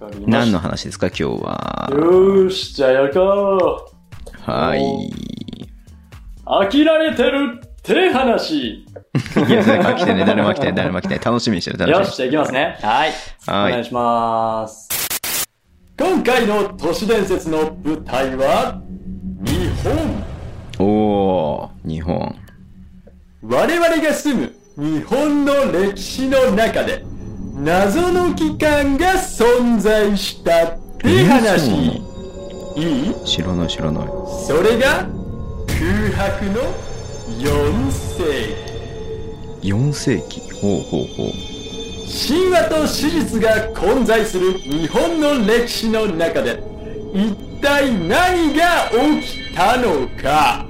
S3: わかりま
S2: 何
S3: し
S2: の話ですか、今日
S3: た。
S2: は。
S3: よーし、じゃあやるか。
S2: はい。
S3: 飽きられてるって話。
S2: いや、誰も来てね、誰も来てね、誰も来てね、楽しみにしてる、楽しみ
S3: よ
S2: にし
S3: し、じ
S2: て
S3: ゃ
S2: る
S3: あいきます。ね。はい。
S2: はい
S3: お願いします。今回の都市伝説の舞台は、日本。
S2: おー、日本。
S3: 我々が住む日本の歴史の中で、謎の機関が存在したって話。
S2: えー
S3: いい
S2: 知らない、知らない。
S3: それが、空白の4世紀。
S2: 4世紀。ほうほうほう。
S3: 神話と史実が混在する日本の歴史の中で一体何が起きたのか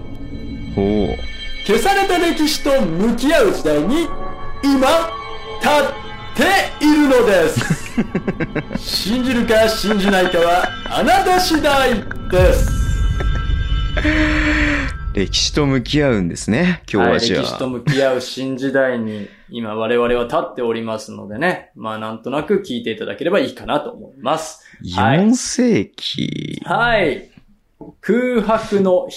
S2: ほう。
S3: 消された歴史と向き合う時代に今立っているのです 信じるか信じないかはあなた次第です
S2: 歴史と向き合うんですね、今日はじゃあ。
S3: はい、歴史と向き合う新時代に今我々は立っておりますのでね、まあなんとなく聞いていただければいいかなと思います。はい
S2: 4世紀。
S3: はい。空白の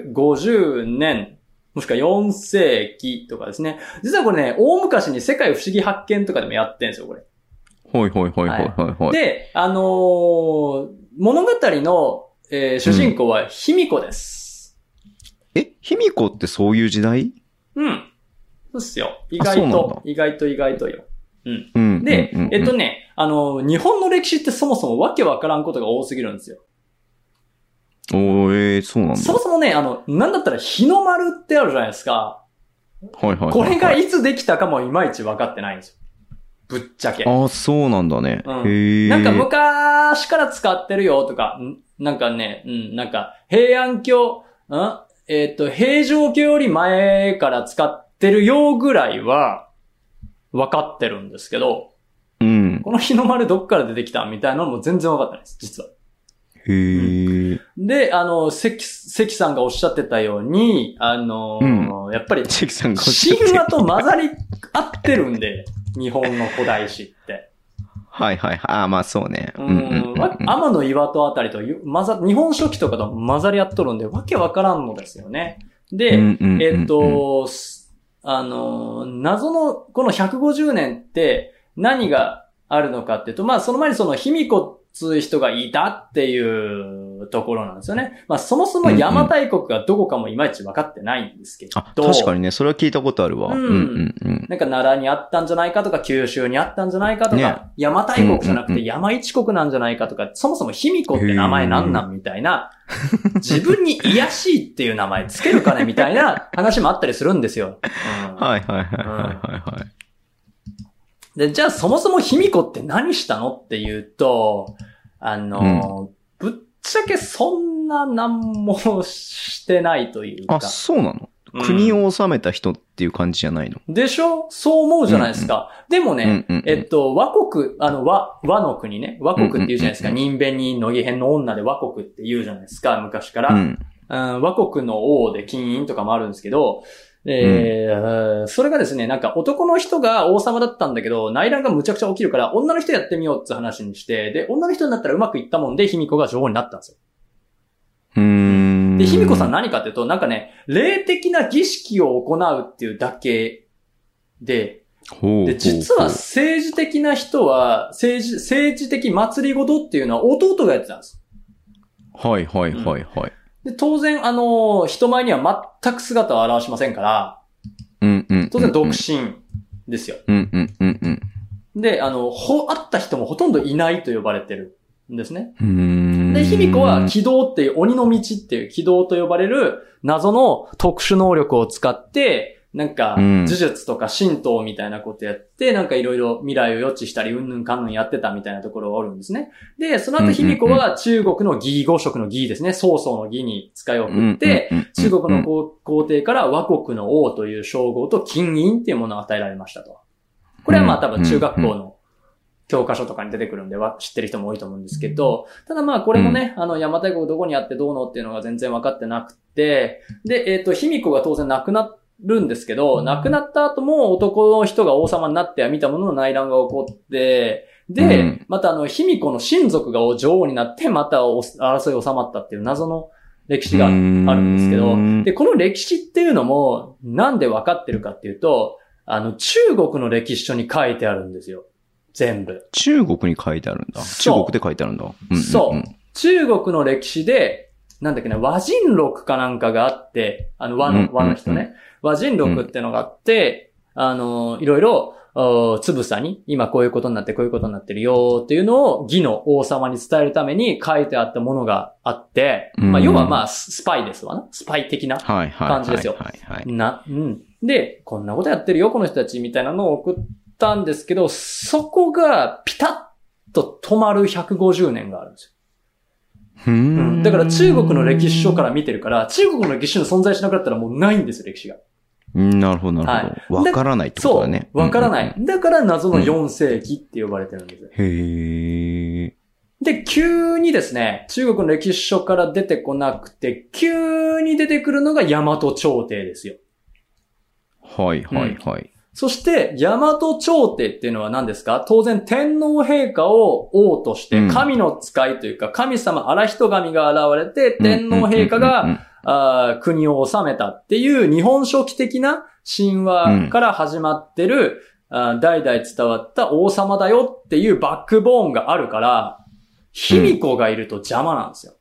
S3: 150年、もしくは4世紀とかですね。実はこれね、大昔に世界不思議発見とかでもやってんですよ、これ。
S2: ほいほいほいほいほいほい。
S3: で、あのー物語の、えー主人公は卑弥呼です。
S2: え、卑弥呼ってそういう時代
S3: うん。そうっすよ。意
S2: あそうな
S3: 外
S2: んだ
S3: と、意外と意外とよ。うん。
S2: うん。
S3: で、
S2: うんうんうん
S3: えっとね、あのー日本の歴史ってそもそもわけわからんことが多すぎるんですよ。
S2: おー、えー、そうなんだ。
S3: そもそもね、あの、なんだったら日の丸ってあるじゃないですか。
S2: はいはいはいはい。
S3: これがいつできたかもいまいち分かってないんですよ。ぶっちゃけ。
S2: ああ、そうなんだね。
S3: うん
S2: へえ。
S3: なんか昔から使ってるよとか、んなんかね、うん、なんか平安京、んえっ、と、平城京より前から使ってるよぐらいは分かってるんですけど、
S2: うん。
S3: この日の丸どっから出てきたみたいなのも全然分かってないです、実は。
S2: へえ。
S3: で、あの、関、関さんがおっしゃってたように、あのーやっぱり
S2: チェキさんがおっしゃ
S3: 神
S2: ってる
S3: 話と混ざり合ってるんで、日本の古代史って。
S2: はいはいはい。ああ、まあそうね。
S3: う
S2: うんんうんうんうん。
S3: わ天の岩戸あたりとよ混ざ、日本書紀とかと混ざり合っとるんで、わけわからんのですよね。で、
S2: うんうんうんうん
S3: えっ、、と、すあのー、謎の、この150年って何があるのかっていうと、まあその前にその卑弥呼っつう人がいたっていうところなんですよね。まあそもそも邪馬台国がどこかもいまいち分かってないんですけど。
S2: あ、確かにね、それは聞いたことあるわ。
S3: う
S2: うんんうんうん。
S3: なんか奈良にあったんじゃないかとか、九州にあったんじゃないかとか、
S2: ね
S3: 山大国じゃな
S2: う
S3: く
S2: んうん
S3: て
S2: うん
S3: 山一国なんじゃないかとか、そもそも卑弥呼って名前なんなんみたいな、 自分に癒やしいっていう名前つけるかねみたいな話もあったりするんですよ。うん
S2: はいはいはいはいはいはい。
S3: で、じゃあそもそも卑弥呼って何したのっていうと、あの、ぶっちゃけそんな何もしてないというか
S2: あ、。そうなの
S3: うん
S2: 国を治めた人っていう感じじゃないの
S3: でしょそう思うじゃないですか。でもね、
S2: うんうんうん
S3: えっと、和国、あの、和、和の国ね。和国って言うじゃないですか。
S2: うんう
S3: 人弁人の義変の女で和国って言うじゃないですか、昔から。
S2: うん。
S3: うん和国の王で金印とかもあるんですけど、えーそれがですね、なんか男の人が王様だったんだけど、内乱がむちゃくちゃ起きるから、女の人やってみようって話にして、で、女の人になったらうまくいったもんで、卑弥呼が女王になったんですよ。
S2: うーん。
S3: で、卑弥呼さん何かっていうと、なんかね、霊的な儀式を行うっていうだけで、
S2: ほう、
S3: で、実は
S2: ほう
S3: 政治的な人は、政治、政治的祭りごとっていうのは弟がやってたんです。
S2: ほうはいはいはいはい。
S3: で、当然、あの、人前には全く姿を現しませんから、
S2: うんうん。
S3: 当然独
S2: 身。
S3: 身ですよ。
S2: うんうんうんうん。
S3: で、あの、ほ、会った人もほとんどいないと呼ばれてるんですね。
S2: うーん。
S3: で、卑弥呼は、軌道っていう、鬼の道っていう、軌道と呼ばれる謎の特殊能力を使って、なんか、
S2: うん
S3: 呪術とか神道みたいなことやって、なんかいろいろ未来を予知したり、うんぬんかんぬんやってたみたいなところがおるんですね。で、その後、卑弥呼は中国の義語色の義ですね、曹操の義に使いを
S2: うんうんう
S3: 送
S2: ん、
S3: って、中国の
S2: 子。
S3: 皇皇帝から和国の王という称号と金印っていうものを与えられましたと。これはまあ多分中学校の教科書とかに出てくるんでわ知ってる人も多いと思うんですけど、ただまあこれもね、あの山大国どこにあってどうのっていうのが全然分かってなくて、で、えっ、と、卑弥呼が当然亡くなるんですけど、亡くなった後も男の人が王様になっては見たものの内乱が起こって、で、
S2: うん
S3: またあの、卑弥呼の親族が女王になって、またお争い収まったっていう謎の歴史があるあるんですけ
S2: う
S3: ど
S2: ーん、
S3: で、この歴史っていうのも、なんで分かってるかっていうと、あの、中国の歴史書に書いてあるんですよ。全部。
S2: 中国に書いてあるんだ。中
S3: そう
S2: 国で書いてあるんだ。うんうん
S3: そう
S2: うん。
S3: 中国の歴史で、なんだっけな、和人録かなんかがあって、あの、和
S2: うんうんう
S3: の、
S2: ん
S3: 和の人ね。和人録ってのがあって、あの、いろいろ、おつぶさに、今こういうことになって、こういうことになってるよっていうのを、義の王様に伝えるために書いてあったものがあって、ま
S2: う
S3: あ、
S2: ん
S3: 要はまあ、ススパイですわな。スパイ的な。
S2: はいはいはい。
S3: 感じですよ
S2: はいはい。
S3: な、うん。で、こんなことやってるよ、この人たち、みたいなのを送ったんですけど、そこがピタッと止まる150年があるんですよ。
S2: うーん
S3: だから中国の歴史書から見てるから、中国の歴史の存在しなくなったらもうないんですよ、歴史が。
S2: うんなるほど、なるほど。
S3: はい
S2: わからないってこと
S3: そ
S2: だね。
S3: う。わからな
S2: うんうん
S3: い。だから謎の4世紀って呼ばれてるんですよ。
S2: うん。へえ。
S3: で、急にですね、中国の歴史書から出てこなくて、急に出てくるのが大和朝廷ですよ。
S2: はいはいはい。
S3: そして、大和朝廷っていうのは何ですか当然、天皇陛下を王とし
S2: う
S3: て、
S2: ん
S3: 神の使いというか、神様、荒人神が現れて、天皇陛下
S2: うんうんうん
S3: が、あー国を治めたっていう日本書紀的な神話から始まってる、あー代々伝わった王様だよっていうバックボーンがあるから、卑弥呼がいると邪魔なんですよ。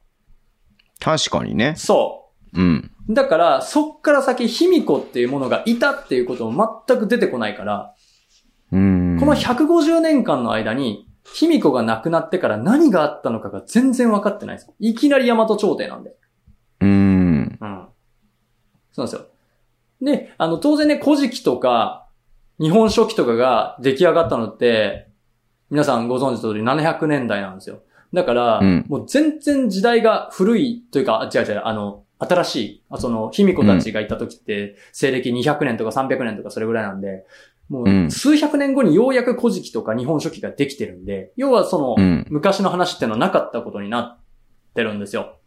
S2: 確かにね。
S3: そう。
S2: うん。
S3: だから、そっから先、卑弥呼っていうものがいたっていうことも全く出てこないから、
S2: うん。
S3: この150年間の間に、卑弥呼が亡くなってから何があったのかが全然分かってないです。いきなり大和朝廷なんで。
S2: うん。
S3: うん。そうなんですよ。で、あの、当然ね、古事記とか、日本書紀とかが出来上がったのって、皆さんご存知の通り700年代なんですよ。だから、
S2: うん
S3: もう全然時代が古いというか、あ違う違う、あの、新しい、あその、卑弥呼たちがいた時って、西暦200年とか300年とかそれぐらいなんで、
S2: う
S3: もう、
S2: ん
S3: 数百年後にようやく古事記とか日本書紀ができてるんで、要はその、
S2: うん
S3: 昔の話ってのはなかったことになってるんですよ。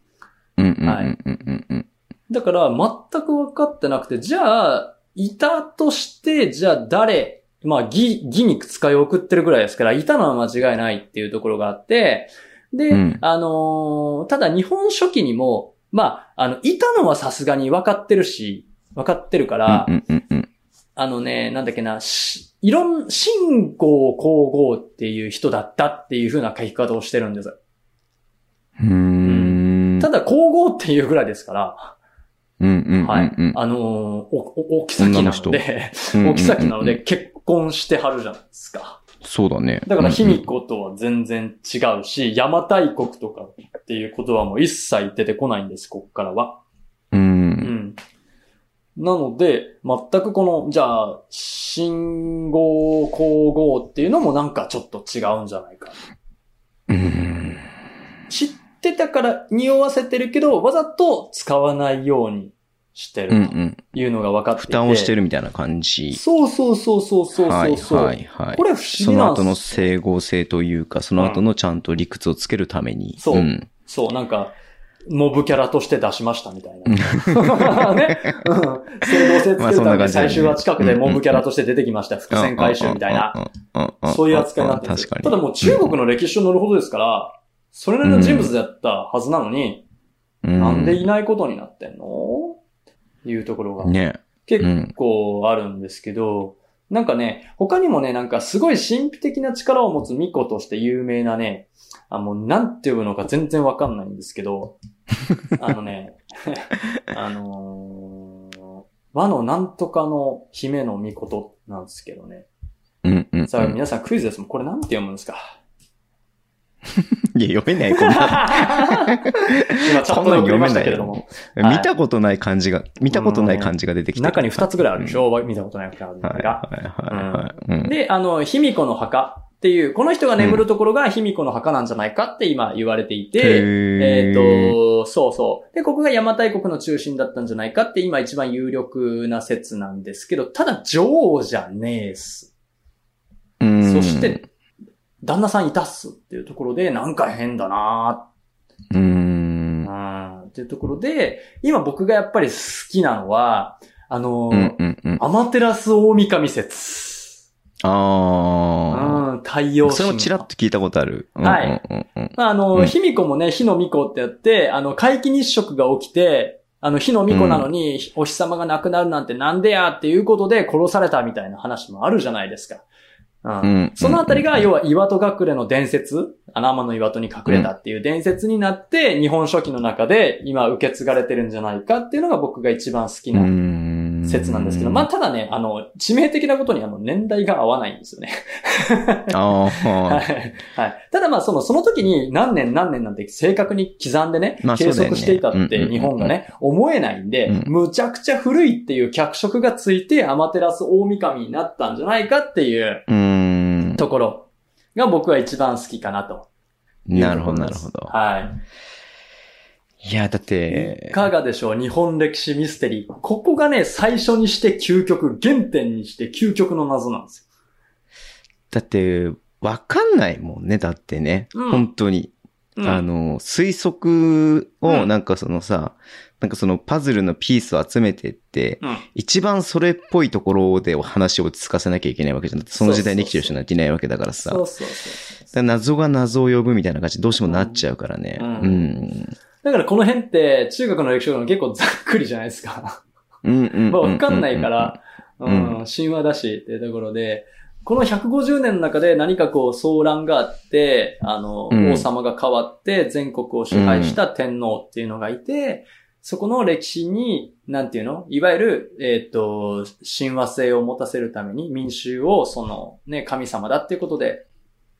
S2: うん。うん。
S3: はい
S2: うん。うん。うん。
S3: だから、全く分かってなくて、じゃあ、いたとして、じゃあ誰、まあ、義、義に使い送ってるぐらいですから、いたのは間違いないっていうところがあって、で、
S2: うん
S3: あのーただ日本書紀にも、まあ、あの、いたのはさすがに分かってるし、分かってるから、
S2: うん。うん。うん。
S3: あのね、なんだっけな、しいろん、信号皇后っていう人だったっていう風な書き方をしてるんです。
S2: うん。
S3: ただ皇后っていうぐらいですから、
S2: うん。うん。
S3: はい。
S2: うん。
S3: あのーお、お、おきさきなので、
S2: うん
S3: おきさきなの
S2: うん
S3: で結婚してはるじゃないですか。
S2: そうだね。
S3: だから、卑弥
S2: 呼。
S3: 呼とは全然違うし、邪馬台国とかっていう言葉も一切出てこないんです、こっからは。
S2: う。
S3: うんん。なので、全くこの、じゃあ、信号皇后っていうのもなんかちょっと違うんじゃないか。
S2: うん。
S3: 知ってたから匂わせてるけど、わざと使わないようにして
S2: うん。う
S3: ると
S2: ん。
S3: いうのが分かっていて。
S2: 蓋をしてるみたいな感じ。
S3: そうそうそうそうそうそうそう。
S2: はい。はい。はい
S3: こ。れ不思
S2: そ
S3: 議
S2: の
S3: なん
S2: 後の
S3: です
S2: 整合性というか、その後のちゃんと理屈をつけるために。
S3: そうんそう、なんか、モブキャラとして出しましたみたいな。 ね。うん。整合性つける
S2: まあそんな感じ
S3: ために
S2: だよね
S3: 最終は近くでモブキャラとして出てきました。伏線回収みたいな。
S2: うん。うん。うん。
S3: そういう扱いになってるんです
S2: 確かに。
S3: ただもう中国の歴史を乗るほどですから、それなりの人物だったはずなのに、
S2: うん、
S3: なんで
S2: い
S3: いないことになってんのいうところが
S2: ね。
S3: 結構あるんですけど、なんかね、他にもね、なんかすごい神秘的な力を持つ巫女として有名なね、あ、もうなんて呼ぶのか全然わかんないんです けど、あのね、 あのー和のなんとかの姫の巫女なんですけどね。
S2: うんうんうん。
S3: さあ、皆さんクイズですもん。これなんて読むんですか
S2: いや、読めない、こんな
S3: 今チャットで送りましたけれども。
S2: の。見たことない感じが、見たことない感じが出てきて。
S3: 中に2つぐらいあるでし
S2: ょ。
S3: ょ、見たことないから
S2: はいはい
S3: が。
S2: はいはい。うん
S3: で、あの、卑弥呼の墓っていう、この人が眠るところが卑弥呼の墓なんじゃないかって今言われていて、えっ、、と、そうそう。で、ここが邪馬台国の中心だったんじゃないかって今一番有力な説なんですけど、ただ女王じゃねえっす。
S2: うん
S3: そして、、旦那さんいたっすっていうところで、なんか変だな
S2: う
S3: ー
S2: ん。
S3: うんっていうところで、今僕がやっぱり好きなのは、あ
S2: う
S3: のー
S2: んうんうん。
S3: アマテラス大神説。う
S2: あ
S3: ん、太陽
S2: あ。
S3: 神話。
S2: それもちらっと聞いたことある。
S3: はい
S2: うんうん
S3: まあ、あ
S2: う
S3: の、
S2: ん
S3: 卑弥呼もね、火の巫女ってやって、あの、皆既日食が起きて、あの、火の巫女なのに、お日様が亡くなるなんてなんでやっていうことで殺されたみたいな話もあるじゃないですか。うん。
S2: うんうん。
S3: そのあたりが、要は岩戸隠れの伝説、あの天の岩戸に隠れたっていう伝説になって、日本書紀の中で今受け継がれてるんじゃないかっていうのが僕が一番好きな
S2: うん
S3: 説なんですけど、まあ、、ただね、あの、致命的なことにあの、年代が合わないんですよね。
S2: ああ
S3: は。い。はい。ただまあ、その、その時に何年何年なんて正確に刻んでね、
S2: まあ
S3: 計
S2: そうだよ
S3: 測
S2: ね
S3: していたっ
S2: うんうんう
S3: て
S2: ん
S3: 日本がね、思えないんで、
S2: うん
S3: むちゃくちゃ古いっていう脚色がついて、アマテラス大神になったんじゃないかっていう
S2: うん。
S3: ところが僕は一番好きかなというところです。
S2: なるほど、なるほど。
S3: はい
S2: や、だっ
S3: い。
S2: て
S3: い、かがでしょう日本歴史ミステリー。ここがね、最初にして究極、原点にして究極の謎なんですよ。
S2: だって、わかんないもんね、だってね。
S3: うん
S2: 本当に。
S3: うん
S2: あの、推測
S3: う
S2: を
S3: ん
S2: なんかそのさ、なんかそのパズルのピースを集めてって、
S3: うん。
S2: 一番それっぽいところでお話を落ち着かせなきゃいけないわけじゃなくて、その時代に生きてる人なんていないわけだからさ。
S3: そうそうそう
S2: だから謎が謎を呼ぶみたいな感じ、どうしてもなっちゃうからね。
S3: う
S2: うんん。
S3: だからこの辺って中学の歴史とかも結構ざっくりじゃないですか。
S2: うんうん。
S3: まあわかんないから、
S2: んうん
S3: うん、神話だしっていうところで、この150年の中で何かこう騒乱があって、あの、
S2: うん
S3: 王様が変わって全国を支配した天皇っていうのがいて、そこの歴史に、なんていうのいわゆる、えっ、と、神話性を持たせるために民衆をそのね、神様だっていうことで、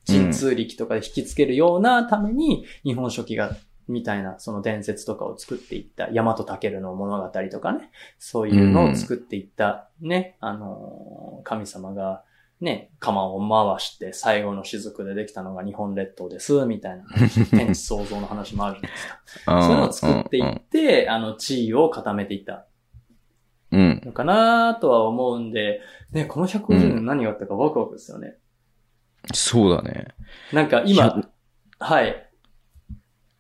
S3: 神通力とかで引きつけるようなために、日本書紀が、みたいな、その伝説とかを作っていった、大和武の物語とかね、そういうのを作っていった、ね、あのー神様が、ね、釜を回して、最後の雫でできたのが日本列島です、みたいな、天地創造の話もあるんですか。
S2: うん
S3: そういうのを作っていって、あの、地位を固めていった
S2: うん。
S3: のかなとは思うんで、ね、この150年何があったかワクワクですよね。
S2: そうだね。
S3: なんか
S2: い
S3: 今、はい。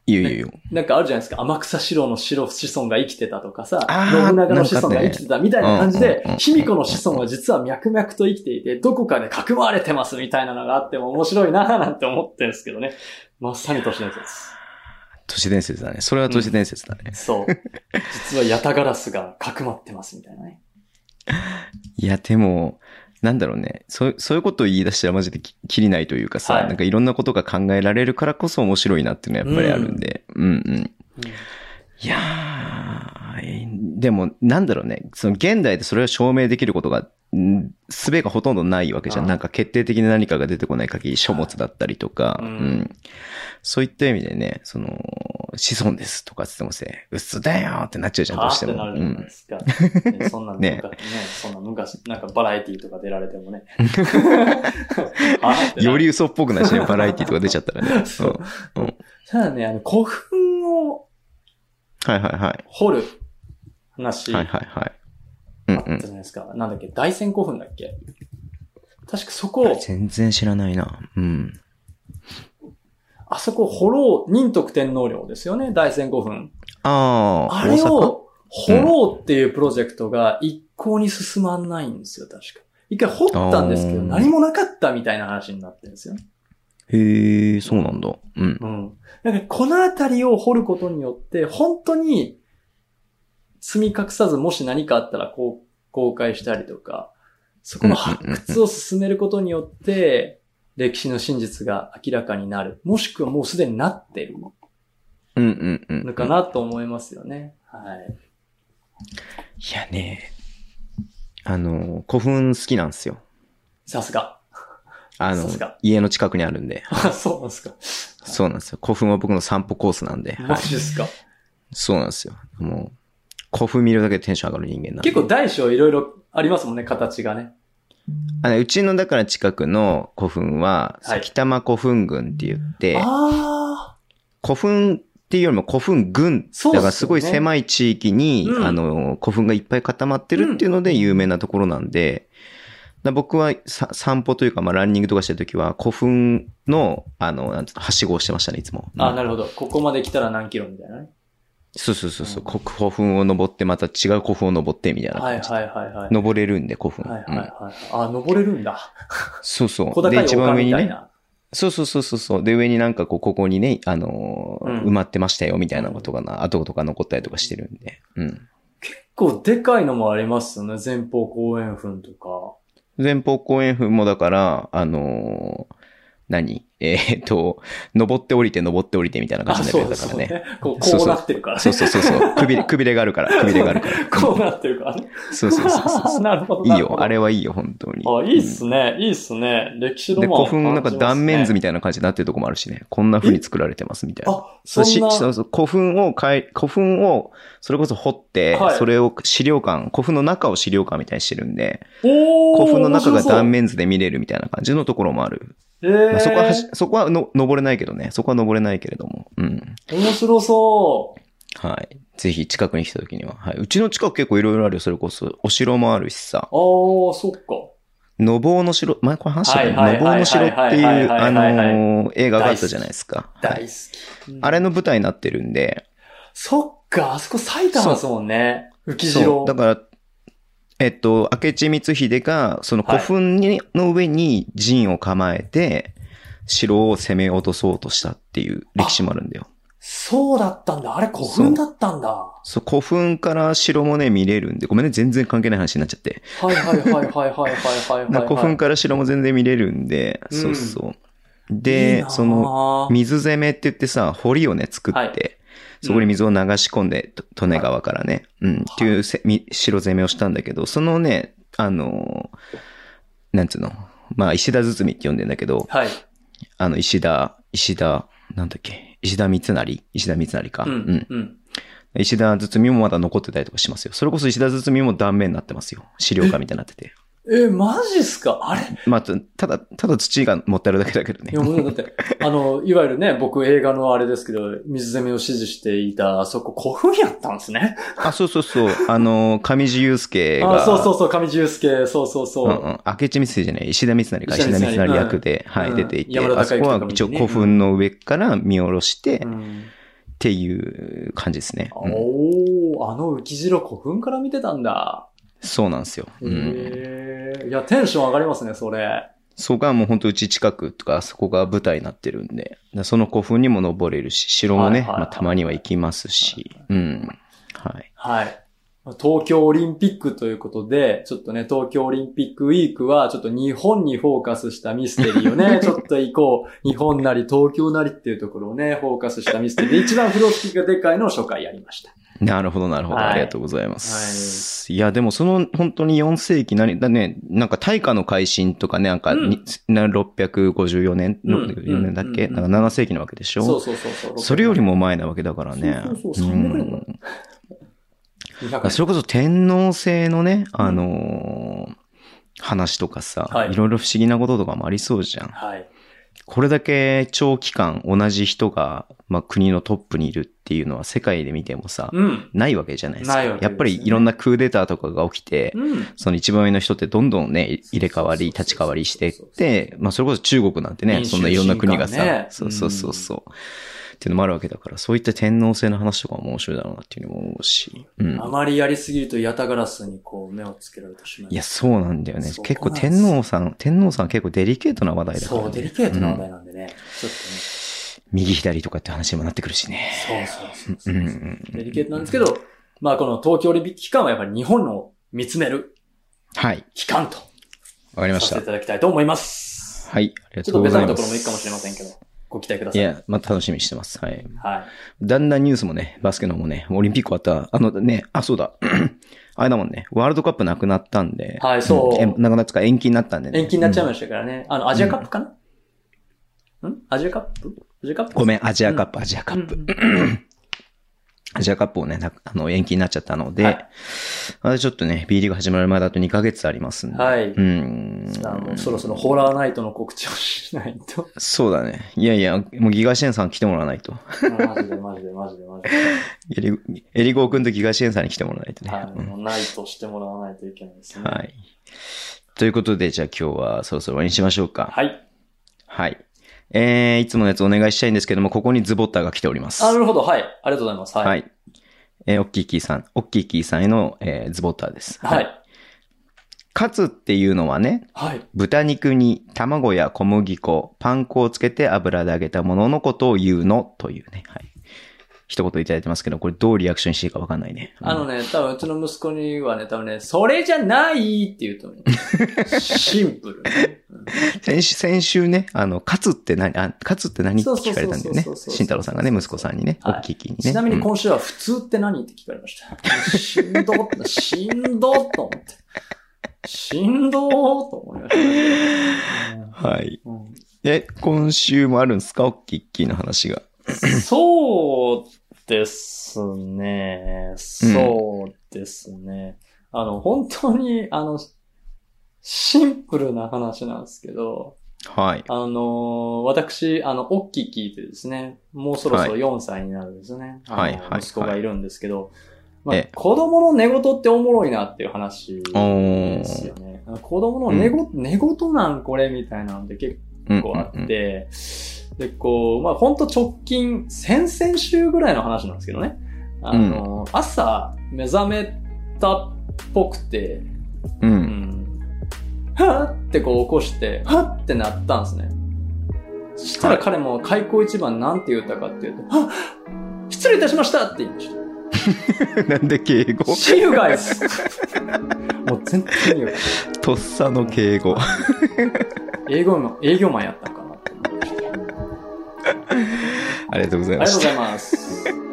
S2: いよいよいよ。
S3: なんかあるじゃないですか。天草四郎の白子孫が生きてたとかさ、
S2: あー
S3: 信長の子孫が生きてたみたいな感じ
S2: なんかね
S3: で
S2: うんうんうん、
S3: 卑弥呼の子孫は実は脈々と生きていて、どこかでかくまわれてますみたいなのがあっても面白いなぁなんて思ってるんですけどね。まさに都市伝説。
S2: 都市伝説だね。それは都市伝説だね。
S3: そう。実はヤタガラスがかくまってますみたいなね。
S2: いや、でも、なんだろうね。そう、そういうことを言い出したらマジでききりないというかさ、
S3: はい
S2: なんかいろんなことが考えられるからこそ面白いなっていうのはやっぱりあるんで。うん、うん、いやーえーでも、なんだろうね。その現代でそれを証明できることが、んすべがほとんどないわけじゃ
S3: あ
S2: ん。
S3: あ
S2: なんか決定的な何かが出てこない限り書物だったりとか、
S3: うん
S2: うんそういった意味でね、その、子孫ですとかっつってもせ、嘘だよってなっちゃうじゃん、ど
S3: は
S2: う
S3: ぁっ
S2: して
S3: て
S2: も。
S3: なる
S2: う
S3: じゃない
S2: ん
S3: で。すか。ねそん な昔、ね
S2: ね、
S3: そんな昔、なんかバラエティとか出られて もね。あーってなる
S2: より嘘っぽくないしね、バラエティとか出ちゃったらね。
S3: そう
S2: うんうん。
S3: ただね、あの、古墳を
S2: はいはいはい。
S3: 掘る話あ
S2: はい
S3: っ
S2: はいはい。うんう
S3: たじ
S2: ん。
S3: ゃないですか。なんだっけ、大仙古墳だっけ確かそこ、
S2: 全然知らないな。うん。
S3: あそこ掘ろう、仁徳天皇陵ですよね、大仙古墳。
S2: ああ、
S3: あれ
S2: 大阪
S3: を掘ろうっていうプロジェクトが一向に進まんないんですよ、確か。一回掘ったんですけど、
S2: あー
S3: 何もなかったみたいな話になってるんですよね。
S2: へえ、そうなんだ。うん。
S3: うん。なんかこのあたりを掘ることによって、本当に、積み隠さずもし何かあったらこう公開したりとか、そこの発掘を進めることによって、歴史の真実が明らかになる。もしくはもうすでになってる
S2: うんうんうん。
S3: のかなと思いますよね。はい。
S2: いやね、あの、古墳好きなんですよ。
S3: さすが。
S2: あ
S3: そう
S2: の
S3: っすか、
S2: 家の近くにあるんで。
S3: あそうなんですか。
S2: そうなんですよ。古墳は僕の散歩コースなんで。
S3: マ
S2: はい、
S3: ジですか。
S2: そうなんですよ。もう、古墳見るだけでテンション上がる人間なんで。
S3: 結構大小いろいろありますもんね、形がね。
S2: あのうちのだから近くの古墳は、
S3: はい
S2: 関玉古墳群って言って、
S3: ああ。
S2: 古墳っていうよりも古墳群。
S3: そうっすよね
S2: だからすごい狭い地域に、
S3: うん
S2: あの、古墳がいっぱい固まってるっていうので有名なところなんで、だから僕はさ散歩というか、まあ、ランニングとかしてるときは、古墳の、あの、なんつうの、はしごをしてましたね、いつも。
S3: あ
S2: うん
S3: なるほど。ここまで来たら何キロみたいなね。
S2: そうそうそうそう、
S3: う
S2: 古古墳を登って、また違う古墳を登ってみたいな
S3: はい
S2: 感じで。
S3: はいはいはい。
S2: 登れるんで、古墳。
S3: はいは
S2: う
S3: い
S2: ん
S3: はい。あ、登れるんだ。
S2: そうそ
S3: 小
S2: う。
S3: 高
S2: で、
S3: い
S2: 一
S3: 丘
S2: 番上
S3: み
S2: に
S3: たい
S2: ね、
S3: な。
S2: そうそうそうそうそう。で、上になんかこう、ここにね、あのー
S3: うん
S2: 埋まってましたよ、みたいなことがな、跡とか残ったりとかしてるんで。うん。
S3: 結構でかいのもありますよね。前方後円墳とか。
S2: 前方後円墳もだから、あのー何えーっと、登って降りて登って降りてみたいな感
S3: あ、
S2: じに
S3: そ
S2: な
S3: う
S2: る
S3: で
S2: やつだか
S3: す
S2: らね。
S3: ね。こう、
S2: そう
S3: こう
S2: そう
S3: なってるから
S2: そう
S3: ね。
S2: そうそう そう。くびれ、くびれがあるから、くびれがあるから。
S3: こうなってるからね。
S2: そうそうそうそう。
S3: あ なるほど。
S2: いいよ、あ
S3: は。
S2: れはいいよ、本当に。
S3: あ、いいっすね。いいっすね。歴史
S2: うん
S3: ロ
S2: で、
S3: マ
S2: 古
S3: ンを感じます、ね。
S2: 墳のなんか断面図みたいな感じになってるとこもあるしね。こんな風に作られてますみたいな。
S3: あ、そ
S2: し
S3: んな。
S2: そうそう古墳をかい、古墳を、それこそ掘って、
S3: はい
S2: それを資料館、古墳の中を資料館みたいにしてるんで、
S3: おー
S2: 古墳の中が断。
S3: 面
S2: 面図で見れるみたいな感じのところもある。
S3: 白
S2: まあそ
S3: そう
S2: こ
S3: え
S2: ははし、そこはの登れないけどね。そこは登れないけれども。うん。
S3: ー、面白そう。
S2: はい。ぜひ近くに来た時には。はい。うちの近く結構いろいろあるよ。それこそ、お城もあるしさ。
S3: あー、そっか。
S2: のぼうの城、前これ話したか
S3: は
S2: ない
S3: はい
S2: のぼうの城っていう、
S3: はいは
S2: あ
S3: いはいはい
S2: のー映画があったじゃないですか。は
S3: 大
S2: い
S3: 好き。うん
S2: あれの舞台になってるんで、
S3: そっか、あそこ埼玉ですもんね。浮
S2: そ
S3: 城
S2: う、。だから、えっと、明智光秀が、その古墳に、の上に陣を構えて、城を攻め落とそうとしたっていう歴史もあるんだよ。
S3: そうだったんだ。あれ古墳だったんだ。は
S2: そう、古墳から城もね、見れるんで、ごめんね、全然関係ない話になっちゃって。
S3: いはいはいはいはいはいはいはい。
S2: な古墳から城も全然見れるんで、
S3: うん
S2: そうそう。
S3: いい
S2: で、
S3: なあ
S2: その、、水攻めって言ってさ、堀をね、作って、
S3: はい
S2: そこに水を流し込んで、と利根川からね、うん、っていうせみ城攻めをしたんだけど、そのね、あのーなんつうの、まあ、石田堤って呼んでんだけど、
S3: はい。
S2: あの、石田、石田、なんだっけ、石田三成石田三成か。
S3: う
S2: うん
S3: ん。うん。
S2: 石田堤もまだ残ってたりとかしますよ。それこそ石田堤も断面になってますよ。資料館みたいになって て。
S3: え、マジっすかあれ
S2: まあ、たただ、ただ土が持ってあるだけだけどね
S3: いや、。もうだって、 あの、いわゆるね、僕映画のあれですけど、水攻めを指示していた、あそこ古墳やったんですね。
S2: あ、そうそうそう。あの、上地雄介が。
S3: あ、そうそうそう、上地雄介、そうそうそうう。
S2: んうん。明智光秀じゃない、石田三成か、
S3: 石
S2: 石田
S3: 田三成
S2: 三成役で、は
S3: う
S2: い、
S3: ん
S2: 出ていて、
S3: 山田
S2: あ
S3: 孝
S2: そこ
S3: 之とか
S2: は
S3: も
S2: 一応
S3: ね
S2: 古墳の上から見下ろして、
S3: う
S2: っ
S3: ん
S2: ていう感じですね。うん
S3: おー、あの浮城古墳から見てたんだ。
S2: そうなんですよ。うん。
S3: へーいや、テンション上がりますね、それ。
S2: そこがもう本当うち近くとか、あそこが舞台になってるんで、その古墳にも登れるし、城もね、
S3: はいはいはい
S2: まあたまには行きますし、うん。はい。
S3: はい。東京オリンピックということで、ちょっとね、東京オリンピックウィークは、ちょっと日本にフォーカスしたミステリー をね、ちょっと行こう。日本なり東京なりっていうところをね、フォーカスしたミステリーで、一番風呂敷がでかいのを初回やりました。
S2: なるほど、なるほど。
S3: はい
S2: ありがとうございます。い、や、でもその本当に4世紀何、だね、なんか大化の改新とかね、なんか、
S3: うん
S2: にな654年の、
S3: うん
S2: 4年だっけ、
S3: うん
S2: なんか7世紀なわけでしょ
S3: そうそうそうそう。
S2: それよりも前なわけだからね。
S3: そうそうそう300年だ
S2: ん
S3: 200
S2: それこそ天皇制のね、あのー話とかさ、
S3: はい
S2: い、ろいろ不思議なこととかもありそうじゃん。
S3: はい。
S2: これだけ長期間同じ人が、まあ、国のトップにいるっていうのは世界で見てもさ、
S3: うん。
S2: ないわけじゃないですか。
S3: ないわけですね
S2: やっぱりいろんなクーデターとかが起きて、
S3: うん。
S2: その一番上の人ってどんどんね、入れ替わり、立ち替わりしてっ
S3: そうそうそう
S2: て、まあそれこそ中国なんてね、
S3: 民主
S2: そんないろんな国が
S3: 進化ね
S2: さ、そうそうそうそう、っていうのもあるわけだから、そういった天皇制の話とかも面白いだろうなっていうのも思うし、うん
S3: あ。まりやりすぎると、ヤタガラスにこう、目をつけられてしまう。
S2: いや、そうなんだよね
S3: そ。こ
S2: 結構
S3: なんです
S2: 天皇さん、天皇さん結構デリケートな話題だから、ね。
S3: そう、デリケートな話
S2: うん
S3: 題なんでね。ちょっとね。
S2: 右左とかって話にもなってくるしね。
S3: そうそうそうそうう。
S2: んうんうん
S3: デリケートなんですけど、まあこの東京オリンピック期間はやっぱり日本を見つめる
S2: はい。
S3: 期間と
S2: わかりま
S3: さ
S2: した
S3: せてい。ただきたいと思います。
S2: はい。ありがと
S3: ちょっと
S2: うご
S3: ベ
S2: ざ
S3: タ
S2: い
S3: な
S2: ます。
S3: ところもいいかもしれませんけど、ご期待くだ
S2: い
S3: さい。
S2: や、また楽しみにしてます。はい。
S3: はい。
S2: だんだんニュースもね、バスケのもね、オリンピック終わった、あのね、あ、そうだ。 あれだもんね、ワールドカップなくなったんで。
S3: はいそう
S2: えなくなったか延期になったんでね。
S3: 延期になっちゃいま
S2: し
S3: したからね。あの、アジアカップかな、んアジアカップアジアカップ
S2: ごめ
S3: ん、
S2: ん、アジアカップ、アジアカップ。
S3: うん
S2: アジアカップをね、なあの、延期になっちゃったので、
S3: はい
S2: あれちょっとね、B リーグ始まる前だと2ヶ月ありますんで。
S3: はい
S2: うん。
S3: あの、そろそろホラーナイトの告知をしないと。
S2: そうだね。いやいや、もうギガシエンさん来てもらわないと。
S3: マジでマジでマジでマジで。
S2: エリエリゴー君とギガシエンさんに来てもらわないとね。
S3: はい。
S2: うん
S3: もうナイトしてもらわないといけないですね。
S2: はい。ということで、じゃあ今日はそろそろ終わりにしましょうか。
S3: はい。
S2: はい。えー、いつものやつお願いしたいんですけども、ここにズボッターが来ております。
S3: あなるほど。はい。ありがとうございます。はい。
S2: はい。えー、オッキーキーさん、オッキーキーさんへの、えーズボッターです。
S3: はい。
S2: カツっていうのはね、
S3: はい。
S2: 豚肉に卵や小麦粉、パン粉をつけて油で揚げたもののことを言うのというね。はい。一言いただいてますけど、これどうリアクションしていいかわかんないね。
S3: あのね、多分うちの息子にはね、多分ね、それじゃないって言うとね、 シンプルね。
S2: 先週、先週ね、あの、カツって何、あ、カツって何って
S3: そうそうそう
S2: 聞かれたんだよね
S3: そうそうそう。そう
S2: 慎太郎さんがね、息子さんにね、
S3: はい
S2: おっきいきにね。
S3: ちなみに
S2: うん
S3: 今週は普通って何って聞かれました。しんどっ、しんどっと思って。しんどーと思いました、
S2: はい。
S3: うん
S2: え、今週もあるんですかおっきいきの話が。
S3: そうですね。そうですね。あの、本当に、あの、シンプルな話なんですけど、
S2: はい。
S3: あのー私、あの、オッキーキーというですね、もうそろそろ
S2: は
S3: 4歳になるんですね。
S2: はい
S3: あの
S2: はい
S3: 息子が
S2: はい
S3: いるんですけど、
S2: え
S3: まあ
S2: え、
S3: 子供の寝言っておもろいなっていう話
S2: お
S3: です
S2: ー
S3: よね。うな。子供の寝ご、寝言なんこれみたいなので結
S2: うん
S3: 構あ
S2: うんう
S3: っ
S2: ん
S3: て、で、こう、まあほんと直近、先々週ぐらいの話なんですけどね。あの、朝目覚めたっぽくて、
S2: う。
S3: うんん。はっってこう起こして、はっってなったんですね。そしたら彼も開口一番なんて言ったかっていうと、はっ失礼いたしましたって言いました。
S2: なん で敬 語
S3: See you guys! もう全然言う。
S2: とっさの敬語。
S3: 営業マン、営業マンやったんかなって思いました。
S2: ありがとうござい
S3: あ
S2: ま
S3: りがとう
S2: し
S3: ご
S2: た
S3: ざ。います。